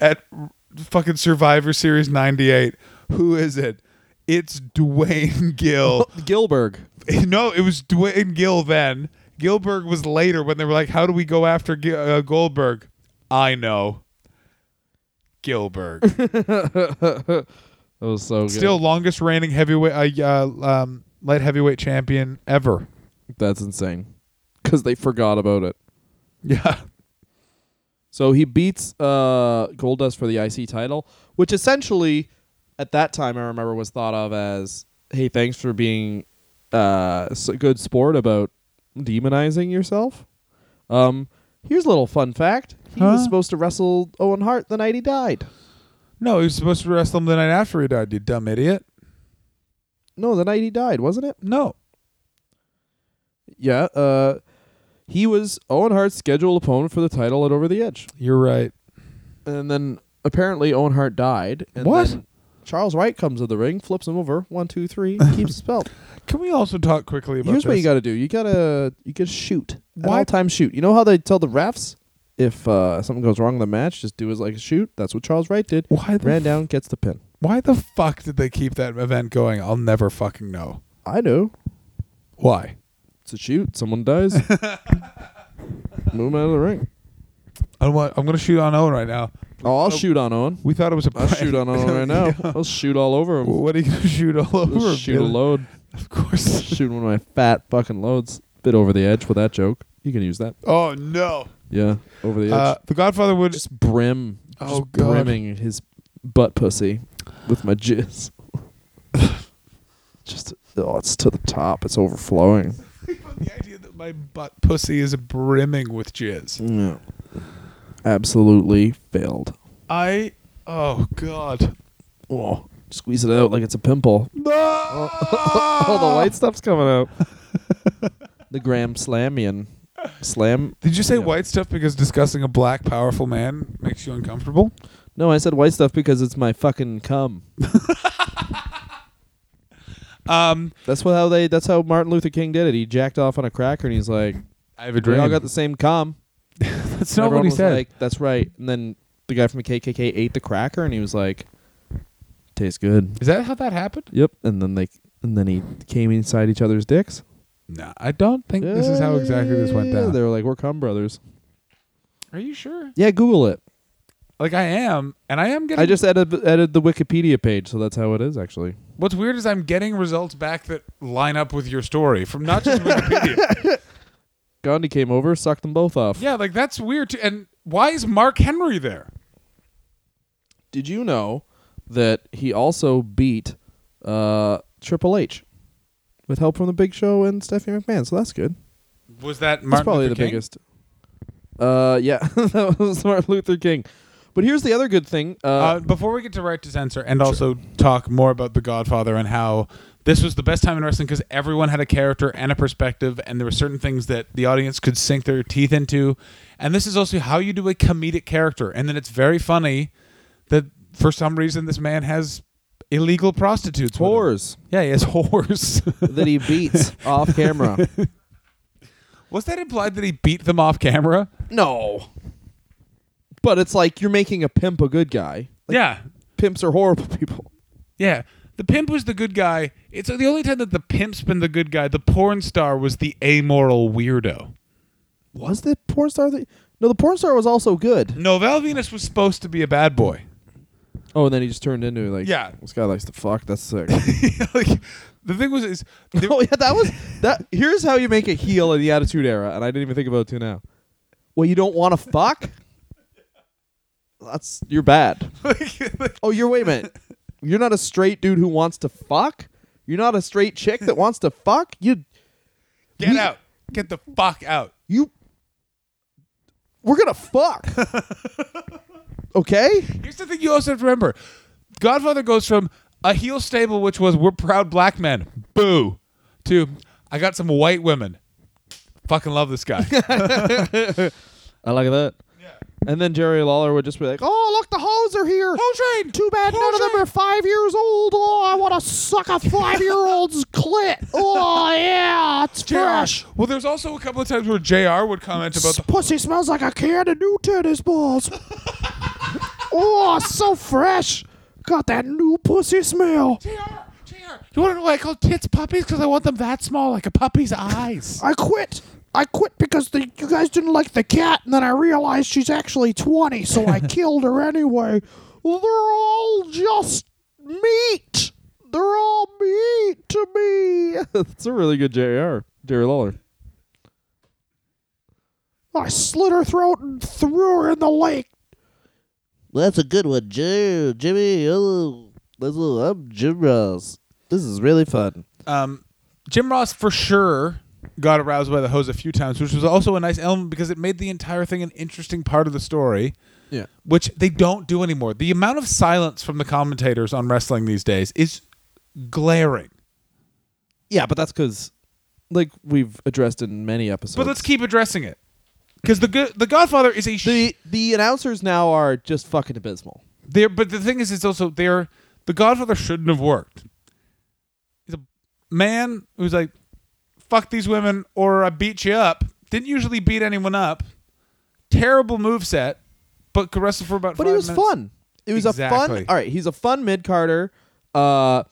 at r- fucking Survivor Series 98. Who is it? It's Dwayne <laughs> Gill. Eh, Gilberg. no, it was Dwayne Gill then. Gilberg was later when they were like, "How do we go after G- uh, Goldberg?" I know. Gilberg, <laughs> That was so good. still longest reigning heavyweight, uh, uh, um, light heavyweight champion ever. that's insane because they forgot about it. Yeah. So he beats uh, Goldust for the IC title, which essentially, at that time, I remember was thought of as, "Hey, thanks for being uh, s- a good sport about demonizing yourself." Um, here's a little fun fact: he was Huh? supposed to wrestle Owen Hart the night he died. No, he was supposed to wrestle him the night after he died, you dumb idiot. No, the night he died, wasn't it? No. Yeah. Uh, he was Owen Hart's scheduled opponent for the title at Over the Edge. You're right. and then apparently Owen Hart died. And What? then Charles Wright comes to the ring, flips him over, one, two, <laughs> three, keeps his belt. Can we also talk quickly about Here's this? what you got to do: you gotta you gotta shoot at Why- all time shoot. You know how they tell the refs if uh, something goes wrong in the match, just do it like a shoot. That's what Charles Wright did. why the Ran down, gets the pin. why the fuck did they keep that event going? I'll never fucking know. I know Why? <laughs> it's a shoot. Someone dies. Move him out of the ring. I want, I'm going to shoot on Owen right now. Oh, I'll shoot on Owen. We thought it was a I'll prank. shoot on Owen right <laughs> now. I'll shoot all over him. What are you going to shoot all over? I'll shoot a Billy? <laughs> load. Of course. shoot one of my fat fucking loads. Bit over the edge with that joke. You can use that. Oh, no. Yeah, over the edge. Uh, the Godfather would. just brim. Oh, just God. brimming his butt pussy with my jizz. <laughs> just oh, it's to the top. It's overflowing. the idea that my butt pussy is brimming with jizz. No. Absolutely failed. I. Oh, <laughs> God. Oh, squeeze it out like it's a pimple. No! Oh, the white stuff's coming <laughs> out. the Graham Slamian. Slam. Did you say Yeah. white stuff because discussing a black powerful man makes you uncomfortable? No, I said white stuff because it's my fucking cum. Um, That's what how they. That's how Martin Luther King did it. He jacked off on a cracker and he's like, I have a "We dream. all got the same cum." That's And not what everyone he was said. Like, That's right. And then the guy from the KKK ate the cracker, and he was like, "Tastes good." is that how that happened? Yep. And then they, and then he came inside each other's dicks. No, I don't think this is how exactly this went Yeah, down. They were like, "We're cum brothers." Are you sure? Yeah, Google it. Like I am, and I am getting. I just added added the Wikipedia page, so that's how it is actually. What's weird is I'm getting results back that line up with your story from not just Wikipedia. <laughs> Gandhi came over, sucked them both off. yeah, like that's weird too. And why is Mark Henry there? Did you know that he also beat uh, Triple H with help from the Big Show and Stephanie McMahon? So that's good. Was that Martin that's probably Luther the King? biggest. Uh, yeah, <laughs> that was Martin Luther King. But here's the other good thing. Uh, Uh, before we get to right to censor and also talk more about The Godfather and how this was the best time in wrestling because everyone had a character and a perspective, and there were certain things that the audience could sink their teeth into. And this is also how you do a comedic character. And then it's very funny that for some reason this man has illegal prostitutes. with him. whores Yeah, he has <laughs> whores. that <laughs> he beats off camera. was that implied that he beat them off camera? No. But it's like you're making a pimp a good guy. Like, yeah. Pimps are horrible <laughs> people. Yeah. The pimp was the good guy. It's the only time that the pimp's been the good guy. The porn star was the amoral weirdo. Was the porn star the? No, the porn star was also good. No, Val Venus was supposed to be a bad boy. <laughs> Oh, and then he just turned into like, Yeah. this guy likes to fuck. That's sick. <laughs> like, the thing was, is there- oh yeah, that was that. Here's how you make a heel in the Attitude Era, and I didn't even think about it till now. Well, you don't want to fuck. That's you're bad. oh, you're wait a minute. You're not a straight dude who wants to fuck. You're not a straight chick that wants to fuck. You get we- out, get the fuck out. you. We're gonna fuck. okay. Here's the thing: you also have to remember, Godfather goes from a heel stable, which was we're proud black men, boo, to I got some white women, fucking love this <laughs> guy. I like that. And then Jerry Lawler would just be like, "Oh, look, the hoes are here. Whole train. Too bad none of them are five years old. Oh, I want to suck a five-year-old's <laughs> clit. Oh, yeah, it's fresh. JR. Well, there's also a couple of times where Jr. would comment about This the pussy smells like a can of new tennis balls. <laughs> oh, it's so fresh. Got that new pussy smell. Jr. Jr. You want to know why I call tits puppies? Because I want them that small, like a puppy's eyes. I quit. I quit because the, you guys didn't like the cat, and then I realized she's actually 20, so <laughs> I killed her anyway. They're all just meat. They're all meat to me. <laughs> That's a really good JR, Jerry Lawler. I slit her throat and threw her in the lake. Well, that's a good one, Jim, Jimmy. Oh, that's a- I'm Jim Ross. This is really fun. Um, Jim Ross for sure got aroused by the hose a few times, which was also a nice element because it made the entire thing an interesting part of the story, Yeah. which they don't do anymore. The amount of silence from the commentators on wrestling these days is glaring. Yeah, but that's because, like, we've addressed in many episodes. But let's keep addressing it because the good, the Godfather is a sh- The, the announcers now are just fucking abysmal. They're, but the thing is, it's also they're the Godfather shouldn't have worked. He's a man who's like, "Fuck these women," or "I beat you up." Didn't usually beat anyone up. Terrible move set, but could wrestle for about. But five he was minutes. fun. It was a fun. Exactly. All right, he's a fun mid Carter. Uh,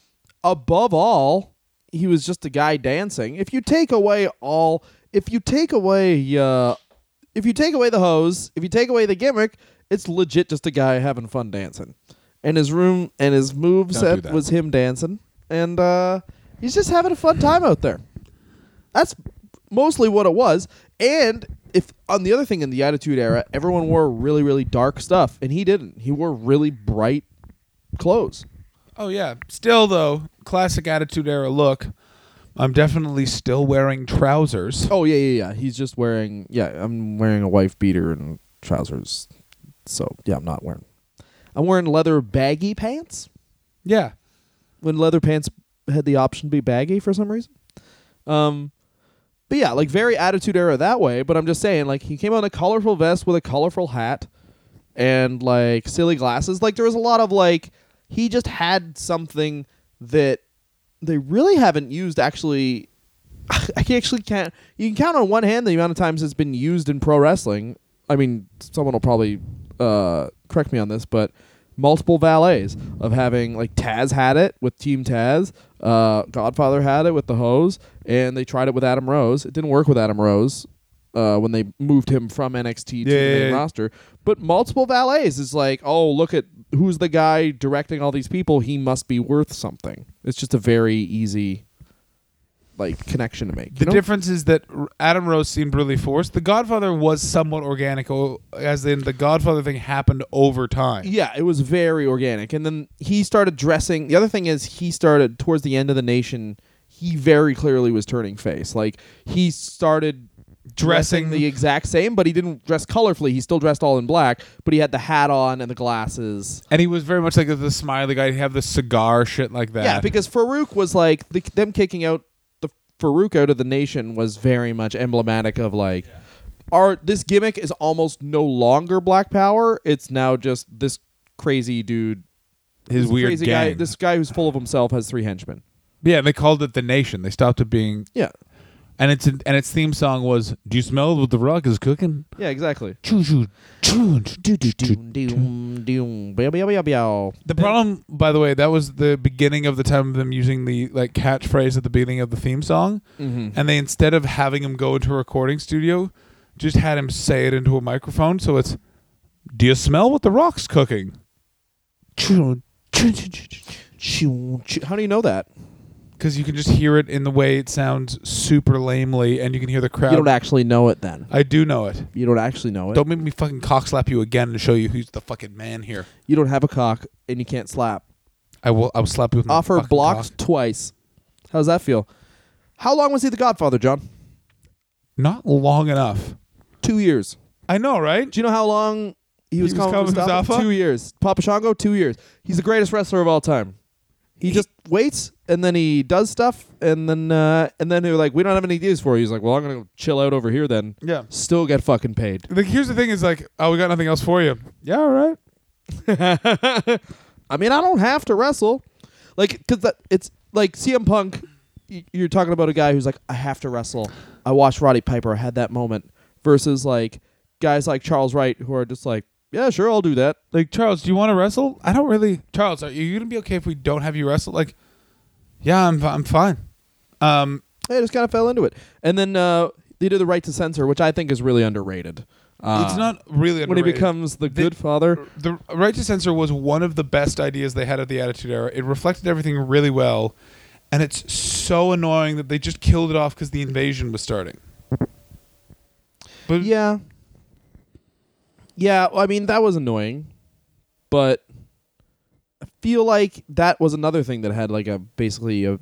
above all, he was just a guy dancing. If you take away all, if you take away uh, if you take away the hose, if you take away the gimmick, it's legit just a guy having fun dancing. And his room and his move Don't do set that. was him dancing, and uh, he's just having a fun time out there. That's mostly what it was. And if on the other thing in the Attitude Era, everyone wore really really dark stuff, and he didn't. He wore really bright clothes. Oh yeah. Still though, classic attitude era look. I'm definitely still wearing trousers. Oh yeah, yeah, yeah. He's just wearing yeah. I'm wearing a wife beater and trousers. So yeah, I'm not wearing. I'm wearing leather baggy pants. Yeah. When leather pants had the option to be baggy for some reason. Um, but yeah, like very attitude era that way. But I'm just saying, like he came out in a colorful vest with a colorful hat, and like silly glasses. Like there was a lot of like he just had something that they really haven't used actually <laughs> I can actually can't. You can count on one hand the amount of times it's been used in pro wrestling. I mean, someone will probably uh, correct me on this, but multiple valets of having like Taz had it with Team Taz, uh, Godfather had it with the Hose, and they tried it with Adam Rose. It didn't work with Adam Rose uh, when they moved him from NXT to Yeah, the yeah, main yeah. roster. But multiple valets is like, oh, look at who's the guy directing all these people. He must be worth something. It's just a very easy like connection to make. The you know? difference is that R- Adam Rose seemed really forced. The Godfather was somewhat organic, o- as in the Godfather thing happened over time. Yeah, it was very organic. And then he started dressing. The other thing is, he started towards the end of the nation. He very clearly was turning face. Like he started Dressing- the exact same, but he didn't dress colorfully. He still dressed all in black, but he had the hat on and the glasses. And he was very much like the smiley guy. He'd have the cigar shit like that. Yeah, because Farouk was like the, them kicking out the Farouk out of the nation was very much emblematic of like our this gimmick is almost no longer Black Power. It's now just this crazy dude, his this weird crazy guy, gang. this guy who's full of himself has three henchmen. yeah, and they called it the Nation. They stopped it being, Yeah, and its and its theme song was "Do you smell what the rock is cooking?" yeah, exactly. Choo choo choo choo choo choo. Doom, doom, doom, bow, bow, bow, bow. The problem, by the way, that was the beginning of the time of them using the like catchphrase at the beginning of the theme song, Mm-hmm. and they instead of having him go into a recording studio, just had him say it into a microphone. So it's, "Do you smell what the rock's cooking?" Choo, choo. How do you know that? Because you can just hear it in the way it sounds super lamely, and you can hear the crowd. You don't actually know it then. I do know it. You don't actually know it. Uh, Don't make me fucking cock slap you again to show you who's the fucking man here. You don't have a cock and you can't slap. I will. I will slap you with my Offer Hmm, fucking blocks cock. twice. How's that feel? How long was he the Godfather, John? Not long enough. Two years. I know, right? Do you know how long he was, was calling Kama Mustafa? Mustafa? Two years. Papa Shango, two years. He's the greatest wrestler of all time. He, just waits and then he does stuff and then uh, and then they're like, we don't have any deals for you. He's like, well, I'm gonna go chill out over here then. Yeah. Still get fucking paid. Like, here's the thing: is like, oh, we got nothing else for you. Yeah, all right. I mean, I don't have to wrestle, like, cause that it's like CM Punk. y- You're talking about a guy who's like, I have to wrestle. I watched Roddy Piper. I had that moment. Versus like guys like Charles Wright who are just like, yeah, sure, I'll do that. Like, Charles, do you want to wrestle? I don't really. Charles, are you gonna be okay if we don't have you wrestle? Like, yeah, I'm. fi- I'm fine. Um, I just kind of fell into it. And then uh, they did the right to censor, which I think is really underrated. Uh, it's not really when he underrated. becomes the good father. the right to censor was one of the best ideas they had at the Attitude Era. It reflected everything really well, and it's so annoying that they just killed it off because the invasion was starting. But Yeah. Yeah, well, I mean that was annoying, but I feel like that was another thing that had like a basically a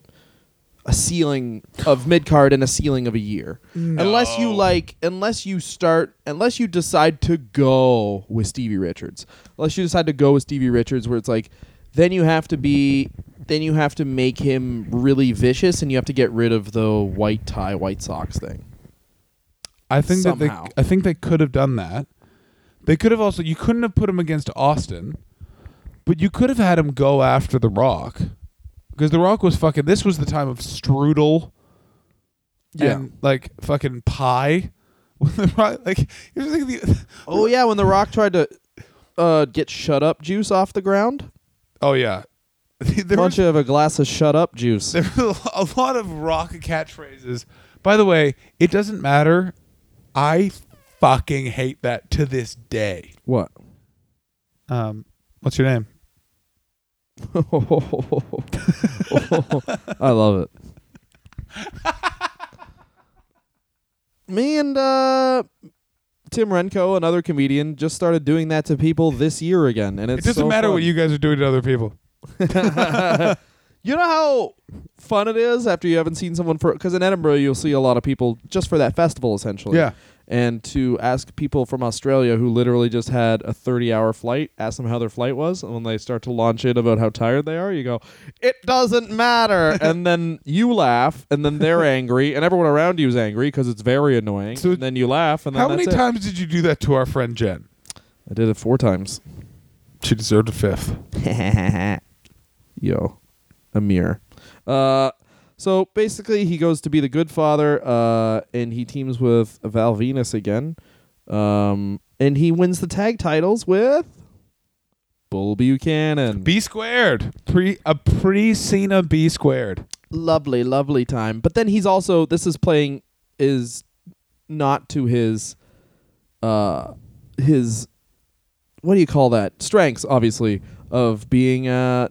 a ceiling of mid card and a ceiling of a year. Unless you No. like unless you start unless you decide to go with Stevie Richards. Unless you decide to go with Stevie Richards where it's like then you have to be then you have to make him really vicious and you have to get rid of the white tie white socks thing. I think Somehow. that they, I think they could have done that. They could have also. You couldn't have put him against Austin, but you could have had him go after The Rock, because The Rock was fucking. This was the time of Strudel. And like fucking pie. <laughs> When The Rock, like here's the thing. The, Oh yeah, when The Rock tried to uh, get shut up juice off the ground, oh yeah. <laughs> There was- bunch of a glass of shut up <laughs> juice. There were a lot of rock catchphrases. By the way, it doesn't matter. I fucking hate that to this day. What? Um, what's your <laughs> name? I love it. Me and uh, Tim Renko, another comedian, just started doing that to people this year again, and it's it doesn't so matter fun. what you guys are doing to other people. you know how fun it is after you haven't seen someone for because in Edinburgh you'll see a lot of people just for that festival essentially. Yeah. And to ask people from Australia who literally just had a 30-hour flight, ask them how their flight was, and when they start to launch in about how tired they are, you go, "It doesn't matter," <laughs> and then you laugh, and then they're angry, and everyone around you is angry because it's very annoying. So- and then you laugh, and then How many that's it. times did you do that to our friend Jen? I did it four times. She deserved a fifth. yo amir uh so basically he goes to be the good father uh and he teams with val venus again um and he wins the tag titles with bull buchanan B squared. Pre a pre Cena B squared. lovely lovely time but then he's also this is playing is not to his uh his what do you call that strengths obviously of being uh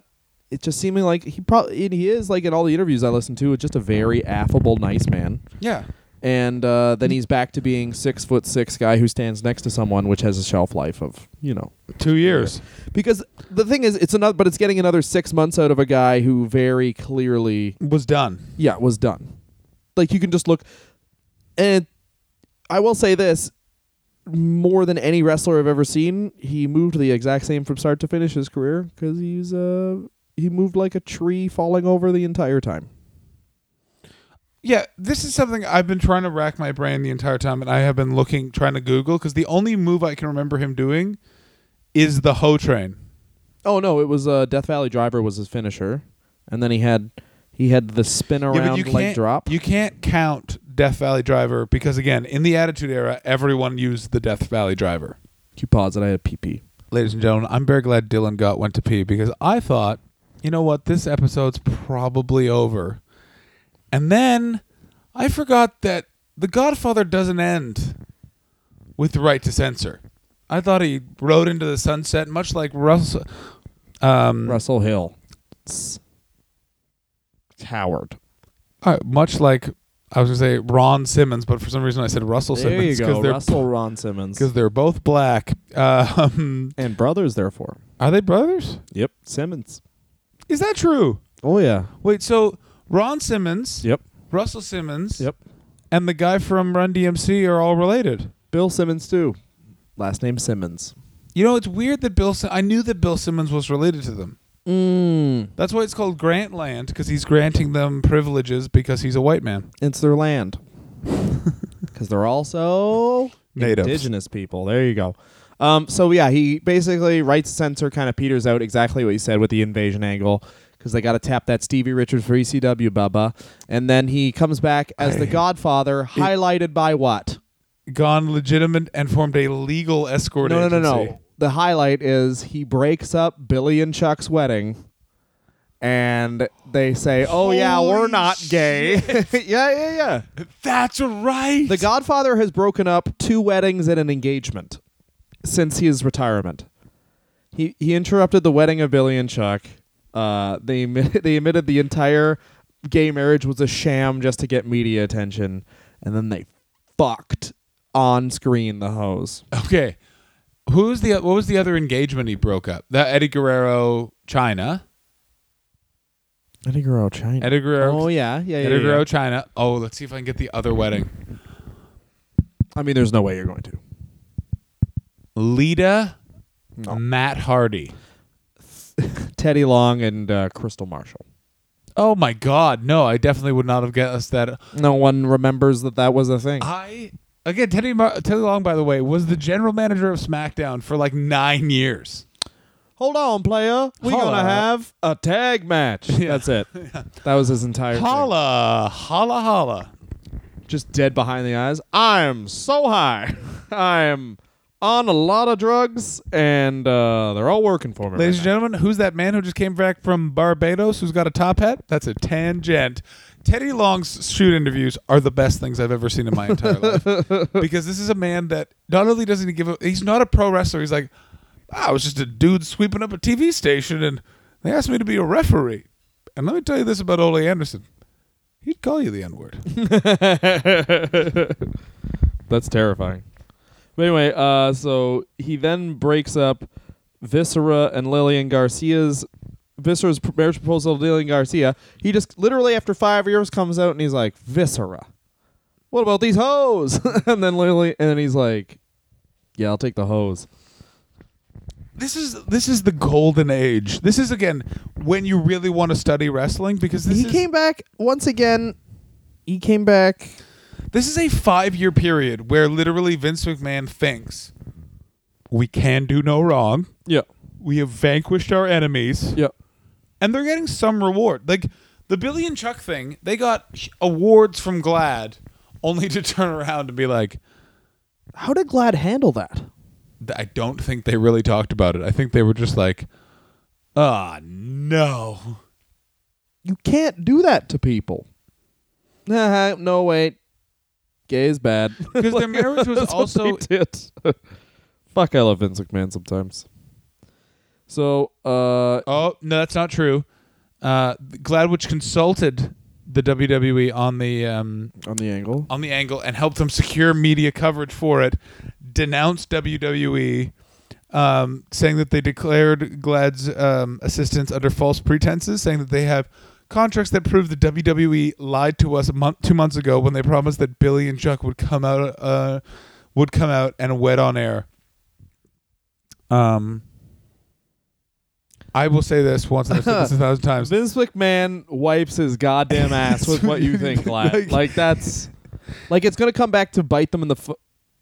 it just seeming like he probably he is like in all the interviews i listen to just a very affable nice man Yeah. and uh, then he's back to being six foot six guy who stands next to someone which has a shelf life of you know Two years. because the thing is it's another but it's getting another six months out of a guy who very clearly Was done. yeah, it was done. Like you can just look, and I will say this: more than any wrestler I've ever seen, he moved the exact same from start to finish his career because he's uh he moved like a tree falling over the entire time. Yeah, this is something I've been trying to rack my brain the entire time, and I have been looking, trying to Google, because the only move I can remember him doing is the hoe train. Oh no, it was uh Death Valley Driver was his finisher, and then he had he had the spin around yeah, but you leg can't, drop. You can't count Death Valley Driver because, again, in the Attitude Era, everyone used the Death Valley Driver. you pause it. I had PP. Ladies and gentlemen, I'm very glad Dylan got went to pee because I thought, you know what, this episode's probably over. And then I forgot that The Godfather doesn't end with the right to censor. I thought he rode into the sunset, much like Russell. Um, Russell Hill, Howard. uh, much like I was gonna say Ron Simmons, but for some reason I said Russell There you Simmons go, they're Russell Ron Simmons, because they're both black. <laughs> Um, and brothers. Therefore, are they brothers? Yep. Simmons. Is that true? Oh yeah. Wait, so Ron Simmons, Yep. Russell Simmons, Yep. and the guy from Run DMC are all related. Bill Simmons too. Last name Simmons. You know, it's weird that Bill. Sim- I knew that Bill Simmons was related to them. Mm. That's why it's called Grant Land because he's granting them privileges because he's a white man. It's their land. Because they're also Natives. indigenous people. There you go. Um, so yeah, he basically writes censor kind of peters out exactly what he said with the invasion angle because they got to tap that Stevie Richards for ECW, Bubba, and then he comes back as the Godfather, highlighted by what? Gone legitimate and formed a legal escort No, no, agency. no, no. The highlight is he breaks up Billy and Chuck's wedding, and they say, "Oh yeah, Holy we're not gay." <laughs> yeah, yeah, yeah. That's right. The Godfather has broken up two weddings and an engagement since his retirement. He he interrupted the wedding of Billy and Chuck. Uh, they admit- <laughs> they admitted the entire gay marriage was a sham just to get media attention, and then they fucked on screen the hose. Okay. Who's the what was the other engagement he broke up? That Eddie Guerrero China. Eddie Guerrero, China. Eddie Guerrero Oh yeah, yeah, yeah. Eddie yeah. Guerrero China. Oh, let's see if I can get the other wedding. I mean, there's no way you're going to. Lita Matt Hardy. <laughs> Teddy Long and uh, Crystal Marshall. Oh my god. No, I definitely would not have guessed that. No one remembers that that was a thing. I again Teddy Mar- Teddy Long by the way was the general manager of SmackDown for like 9 years. Hold on, player. We're Holla. gonna have a tag match. <laughs> That's it. That was his entire thing. Holla, holla, holla. <laughs> Just dead behind the eyes. I'm so high. I'm on a lot of drugs, and uh, they're all working for me. Ladies and right gentlemen, who's that man who just came back from Barbados who's got a top hat? That's a tangent. Teddy Long's shoot interviews are the best things I've ever seen in my entire <laughs> life. Because this is a man that not only doesn't he give a he's not a pro wrestler, he's like, "Ah, I was just a dude sweeping up a TV station and they asked me to be a referee. And let me tell you this about Ole Anderson. He'd call you the N <laughs> word. That's terrifying. But anyway, uh, so he then breaks up Viscera and Lillian Garcia's Viscera's pr- marriage proposal to Lillian Garcia. He just literally after five years comes out and he's like, Viscera, what about these hoes? <laughs> and then Lillian, and then he's like, Yeah, I'll take the hoes. this is this is the golden age. This is again when you really want to study wrestling because this he is came back once again. He came back. This is a five year period where literally Vince McMahon thinks we can do no wrong. Yeah, We have vanquished our enemies. yeah. And they're getting some reward. Like the Billy and Chuck thing, they got sh- awards from GLAD only to <laughs> turn around and be like, How did Glad handle that? th- I don't think they really talked about it. I think they were just like, ah, no. You can't do that to people. Nah, no, wait. Gay is bad. <laughs> Because their marriage was That's what they also. did. <laughs> Fuck, I love Vince McMahon sometimes. So, uh, Oh, no, that's not true. Uh, Gladwich consulted the WWE on the um, on the angle, on the angle and helped them secure media coverage for it, denounced WWE, um, saying that they declared Glad's um, assistance under false pretenses, saying that they have contracts that prove that WWE E lied to us a month, two months ago when they promised that Billy and Chuck would come out, uh, would come out and wed on air. Um. I will say this once and I've said this a thousand times. Vince McMahon wipes <laughs> his goddamn ass with what you think, Glad. Like- Like, that's like it's gonna come back to bite them in the. Fu-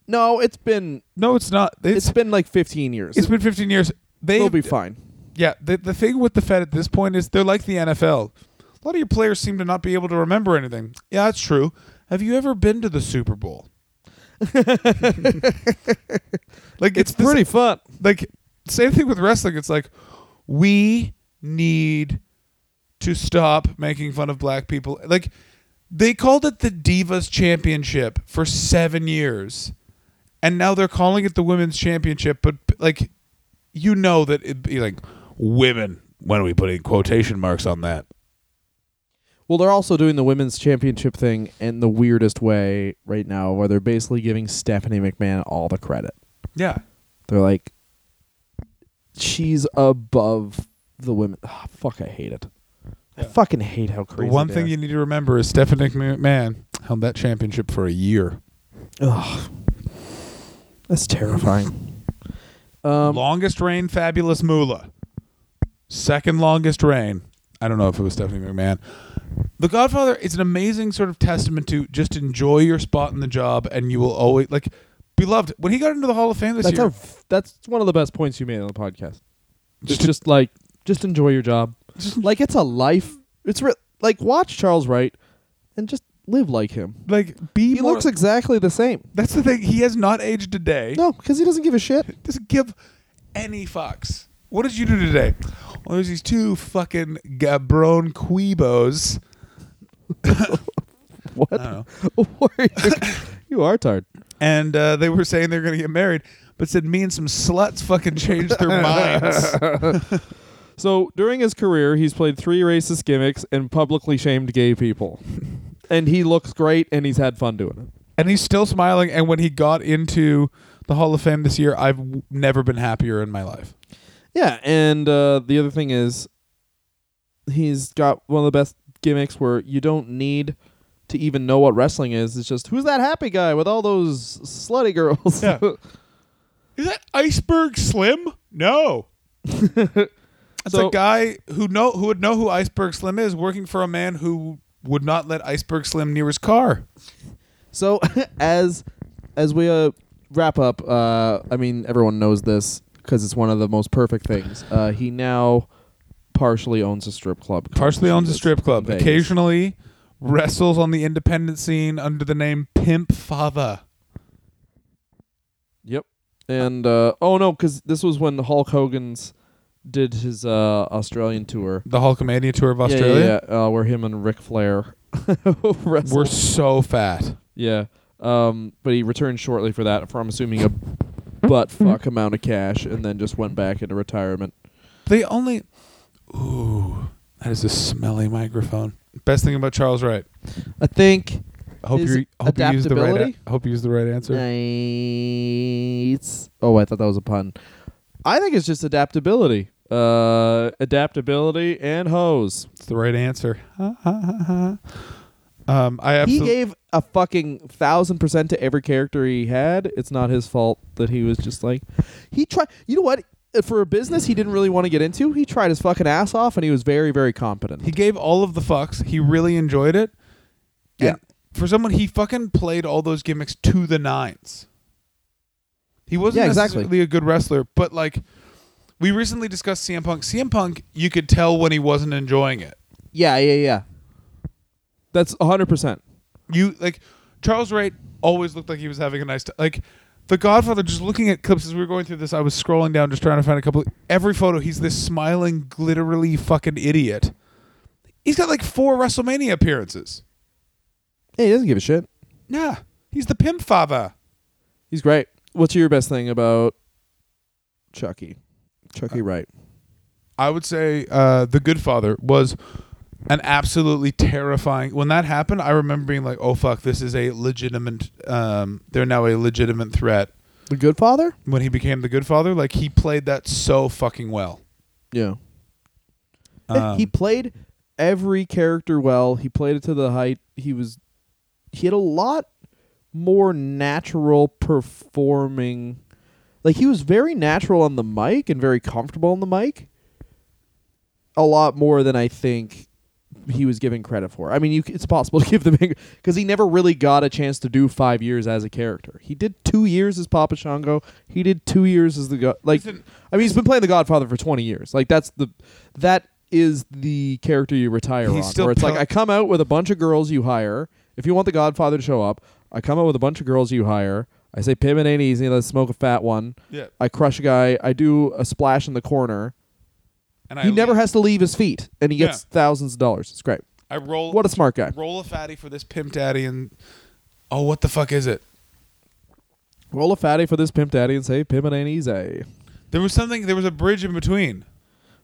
no, it's been No, it's not. It's, it's been like 15 years. it's been 15 years. They They'll be fine. Yeah, the, the thing with the Fed at this point is they're like the NFL. A lot of your players seem to not be able to remember anything. Yeah, that's true. Have you ever been to the Super <laughs> Bowl? like it's, It's, the pretty fun. sa- like same thing with wrestling. It's like we need to stop making fun of black people. Like they called it the Divas Championship for 7 years. And now they're calling it the Women's Championship, but like you know that it'd be like women when we put in quotation marks on that. Well, they're also doing the women's championship thing in the weirdest way right now, where they're basically giving Stephanie McMahon all the credit. Yeah. They're like, she's above the women. Ah, fuck, I hate it. I fucking hate how The crazy. one they thing are. you need to remember is Stephanie McMahon held that championship for a year. Ugh. <laughs> that's terrifying. um, longest reign, fabulous Moolah. Second longest reign. I don't know if it was Stephanie McMahon. The Godfather is an amazing sort of testament to just enjoy your spot in the job, and you will always like. Beloved, when he got into the Hall of Fame this that's year, a, that's one of the best points you made on the podcast. Just Just, to- just like, just enjoy your job. like it's a life. It's re- like watch Charles Wright, and just live like him. like be He more- looks exactly the same. that's the thing. He has not aged a day. No, because he doesn't give a shit. doesn't give any fucks. What did you do today? Well, there's these two fucking Gabron Quibos. <laughs> What? I don't know. <laughs> What are you, you are tired. And uh, they were saying they're going to get married, but said me and some sluts fucking changed their <laughs> minds. So during his career, he's played three racist gimmicks and publicly shamed gay <laughs> people, and he looks great and he's had fun doing it. And he's still smiling. And when he got into the Hall of Fame this year, I've w- never been happier in my life. Yeah, and uh, the other thing is, he's got one of the best gimmicks where you don't need to even know what wrestling is. It's just who's that happy guy with all those slutty girls. Yeah. <laughs> Is that Iceberg Slim? No. <laughs> That's So- a guy who know who would know who Iceberg Slim is, working for a man who would not let Iceberg Slim near his car. So <laughs> as as we uh, wrap up, uh, I mean everyone knows this because it's one of the most perfect things. Uh, he now partially owns a strip club. partially owns a strip club. Vegas. Occasionally wrestles on the independent scene under the name Pimp Father. Yep. and uh, oh no, because this was when Hulk Hogan's did his uh, Australian tour. The Hulkamania tour of Yeah, yeah, Australia. yeah, Uh, where him and Ric Flair <laughs> wrestled. We're so fat. Yeah. Um, but he returned shortly for that for I'm assuming a butt fuck amount of cash and then just went back into retirement. They only. Ooh, that is a smelly microphone. Best thing about Charles Wright. I think I hope Is you hope you use the right. adaptability? a- I hope you use the right answer. Nice. Oh, I thought that was a pun. I think it's just adaptability. Uh, adaptability and hose. It's the right answer. um, I he absolutely. gave a fucking thousand percent to every character he had. It's not his fault that he was just like he tried. You know what? Uh, For a business he didn't really want to get into, he tried his fucking ass off, and he was very, very competent. He gave all of the fucks. He really enjoyed it. Yeah. And for someone, he fucking played all those gimmicks to the nines. He wasn't Yeah, exactly. necessarily a good wrestler, but like we recently discussed CM Punk. CM Punk, you could tell when he wasn't enjoying it. yeah, yeah, yeah. That's hundred percent. You like Charles Wright always looked like he was having a nice time. Like The Godfather. Just looking at clips as we were going through this, I was scrolling down just trying to find a couple. Every photo, he's this smiling, glitterly fucking idiot. He's got like four WrestleMania appearances. Yeah, he doesn't give a shit. Nah, he's the pimp father. He's great. What's your best thing about Chucky? Chucky Wright. I would say uh, the Good Father was an absolutely terrifying. When that happened, I remember being like, "Oh fuck, this is a legitimate. Um, they're now a legitimate threat." The Good Father? When he became the Good Father, like he played that so fucking well. Yeah. Um, Eh, he played every character well. He played it to the height. He was he had a lot more natural performing. Like he was very natural on the mic and very comfortable on the mic. A lot more than I think he was given credit for. I mean, you, c- it's possible to <laughs> give the big because he never really got a chance to do five years as a character. He did two years as Papa Shango. He did two years as the go- like. Isn't- I mean, he's been playing the Godfather for twenty years. Like that's the that is the character you retire He's on. still where it's like pal- I come out with a bunch of girls you hire. If you want the Godfather to show up, I come out with a bunch of girls you hire. I say pivot ain't easy. Let's smoke a fat one. yeah, I crush a guy. I do a splash in the corner. and he never has to leave his feet, and he gets Yeah. thousands of dollars. It's great. I roll. What a smart guy. roll a fatty for this pimp daddy and oh, what the fuck is it? Roll a fatty for this pimp daddy and say pimp it ain't easy. There was something. There was a bridge in between.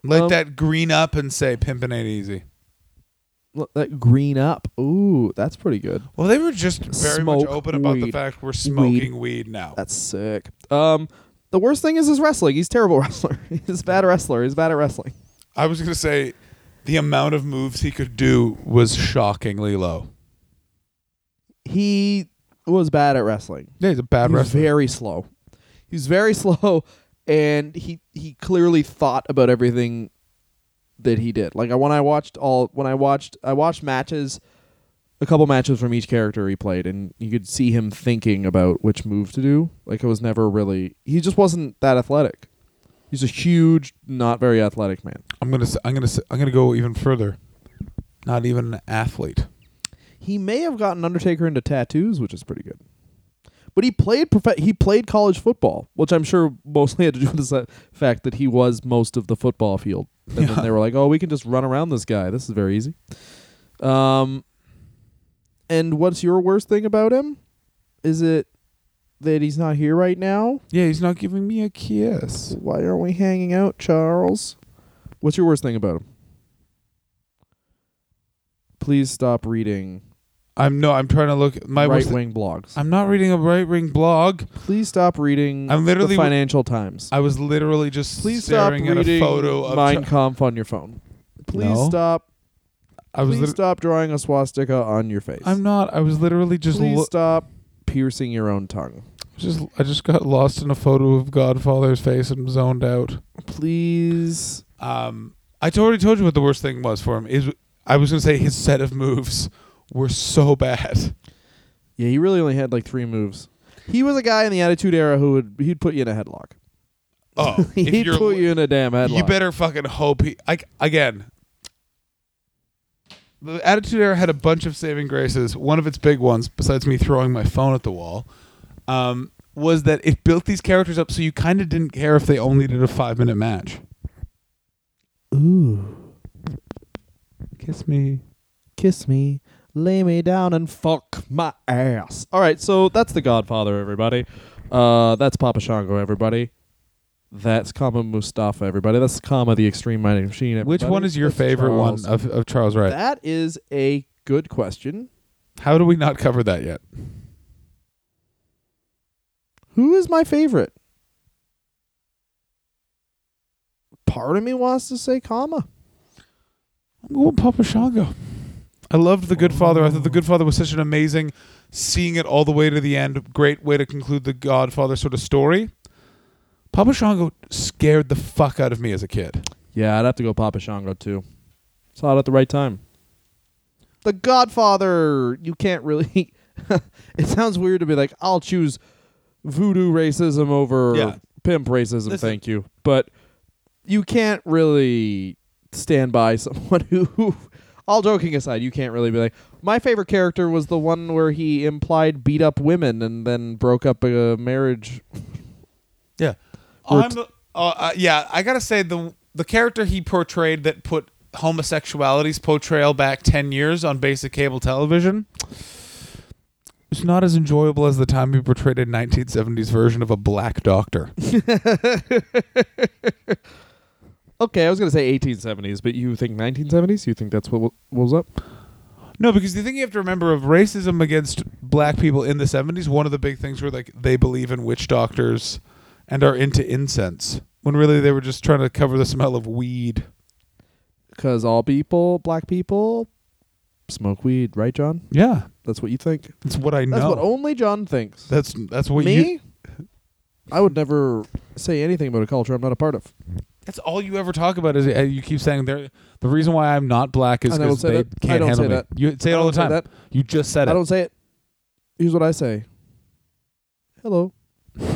Let Um, that green up and say pimpin' ain't easy. L- That green up. Ooh, that's pretty good. Well, they were just very much Smoke open about the weed. fact we're smoking weed, now. That's sick. Um, the worst thing is his wrestling. He's a terrible <laughs> wrestler. He's a bad wrestler. He's bad at wrestling. I was gonna say the amount of moves he could do was shockingly low. He was bad at wrestling. Yeah, he's a bad he was very slow. He was very <laughs> slow, and he he clearly thought about everything that he did. Like I- when I watched all when I watched I watched matches, a couple matches from each character he played, and you could see him thinking about which move to do. Like it was never really he just wasn't that athletic. He's a huge, not very athletic man. I'm gonna. s- I'm gonna. s- I'm gonna go even further. Not even an athlete. He may have gotten Undertaker into tattoos, which is pretty good. But he played prof- he played college football, which I'm sure mostly <laughs> had to do with the s- fact that he was most of the football field. And Yeah. <laughs> then they were like, "Oh, we can just run around this guy. This is very easy." Um and what's your worst thing about him? Is it that he's not here right now? Yeah, he's not giving me a kiss. Why aren't we hanging out, Charles? What's your worst thing about him? Please stop reading I'm no. I'm trying to look. My right worst- wing blogs. I'm not reading a right wing blog. Please stop reading I'm literally- Mm, the Financial Times. I was literally just Please stop staring reading at a photo of. Mein Ch- Kampf on your phone. Please No. stop. I was. please lit- stop drawing a swastika on your face. I'm not. I was literally just. please lo- stop piercing your own tongue. just. I just got lost in a photo of Godfather's face and zoned out. Please. Um, I t- already told you what the worst thing was for him. Is I was gonna say his set of moves were so <laughs> bad. Yeah, he really only had like three moves. He was a guy in the Attitude Era who would he'd put you in a headlock. Oh, <laughs> if he'd you're- put you in a damn headlock. you better fucking hope he. I, again, the Attitude Era had a bunch of saving graces. One of its big ones, besides me throwing my phone at the wall, um, was that it built these characters up so you kind of didn't care if they only did a five minute match. Ooh, Kiss me. kiss me, lay me down, and fuck my ass. All right, so that's The Godfather, everybody. Uh, that's Papa Shango, everybody. That's Kama Mustafa, everybody. That's Kama the Extreme Mighty Machine. Which everybody. one is your That's favorite Charles. one of, of Charles Wright? That is a good question. How do we not cover that yet? Who is my favorite? Part of me wants to say Kama. I'm going Papa Shango. I loved The Good Father. I thought The Good Father was such an amazing, seeing it all the way to the end, great way to conclude the Godfather sort of story. Papa Shango scared the fuck out of me as a kid. Yeah, I'd have to go Papa Shango too. Saw it at the right time. The Godfather, you can't really. <laughs> it sounds weird to be like, I'll choose voodoo racism over Yeah. pimp racism, Listen. thank you. But you can't really stand by <laughs> someone who, who. All joking aside, you can't really be like, my favorite character was the one where he implied beat up women and then broke up a marriage. Yeah. Or I'm the, uh, uh, yeah, I gotta say the the character he portrayed that put homosexuality's portrayal back ten years on basic cable television. It's not as enjoyable as the time he portrayed a 1970s version of a black doctor. Okay, I was going to say 1870s, but you think 1970s? You think that's what, what was up? No, because the thing you have to remember of racism against black people in the 70s, one of the big things were like they believe in witch doctors and are into incense, when really they were just trying to cover the smell of weed. Because all people, black people, smoke weed, right, John? Yeah, That's what you think. that's what I know. That's what only John thinks. that's that's what you Me? I would never say anything about a culture I'm not a part of. That's all you ever talk about is uh, you keep saying there. The reason why I'm not black is I never because said they it. I can't don't handle say me. that. You say I it all the don't say time. that. You just said I it. don't say it. Here's what I say. Hello.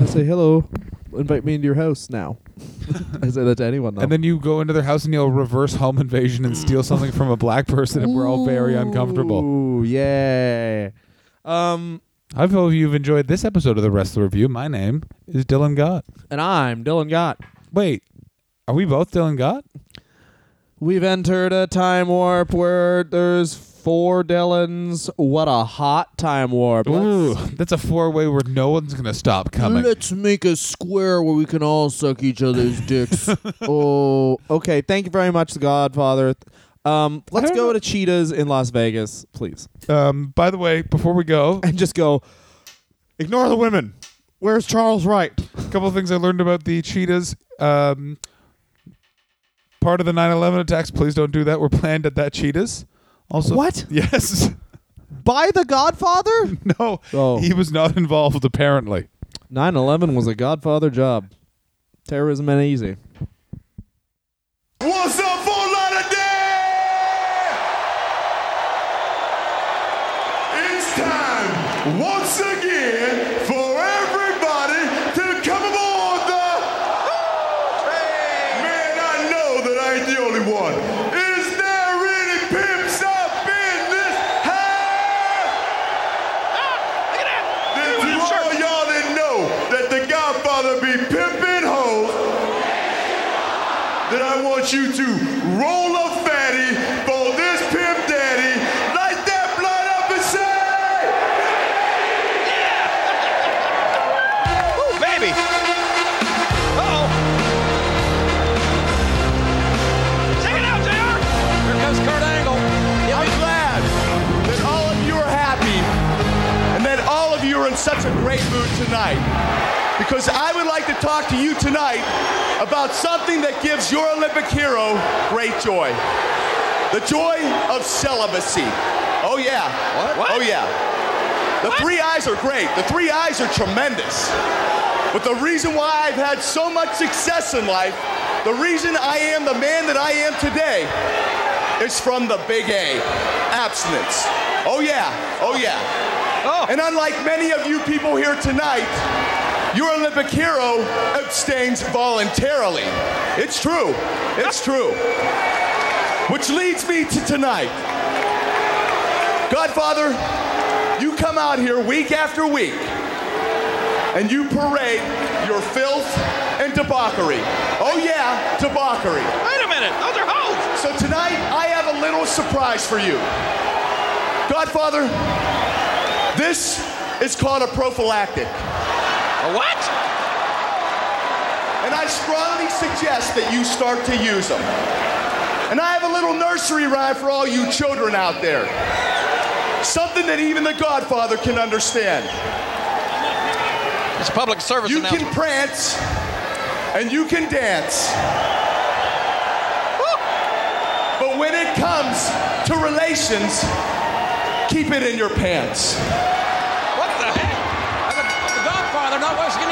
I say hello. Invite me into your house now. <laughs> I say that to anyone though. And then you go into their house and you'll reverse home invasion and <laughs> steal something from a black person, and we're all very uncomfortable. Ooh, yeah. Um, I hope you've enjoyed this episode of the Wrestler Review. My name is Dylan Gott. and I'm Dylan Gott. Wait, are we both Dylan Gott? We've entered a time warp where there's four Dylans. What a hot time warp. Ooh, that's a four-way where no one's gonna stop coming. Let's make a square where we can all suck each other's <laughs> dicks. oh, okay. Thank you very much, The Godfather. Um, let's don't go know. to Cheetahs in Las Vegas, please, Um, by the way, before we go, and just go. Ignore the women. Where's Charles Wright? couple of things I learned about the cheetahs. Um, part of the 9/11 attacks. Please don't do that. Were planned at that cheetahs. Also, What? <laughs> Yes. By The Godfather? no. <laughs> Oh. He was not involved. Apparently. 9/11 was a Godfather job. Terrorism ain't easy. What's up, Fort Lauderdale? It's time once again for everybody to come aboard the Man, I know that I ain't the only one. Is there any pimps up in this house? Then to all y'all that know that the Godfather be pimping hoes, then I want you to roll a fatty for this pimp daddy. Light that blood up and <laughs> say. Baby. Uh-oh. Check it out, JR. Here comes Kurt Angle. I'm glad that all of you are happy and that all of you are in such a great mood tonight. Because I would like to talk to you tonight about something that gives your Olympic hero great joy the joy of celibacy. Oh, yeah. What? Oh, yeah. The three eyes are great, the three eyes are tremendous. But the reason why I've had so much success in life, the reason I am the man that I am today, it's from the big A, abstinence. Oh yeah, oh yeah. Oh. And unlike many of you people here tonight, your Olympic hero abstains voluntarily. It's true. It's true. Which leads me to tonight. Godfather, you come out here week after week and you parade your filth and debauchery. Oh, yeah, debauchery. Wait a minute, those are hoes. So tonight, I have a little surprise for you. Godfather, this is called a prophylactic. A what? and I strongly suggest that you start to use them. And I have a little nursery rhyme for all you children out there. Something that even the Godfather can understand. It's a public service You announcement. can prance and you can dance. Woo! But when it comes to relations, keep it in your pants. What the heck? I'm a, I'm a godfather, not Wes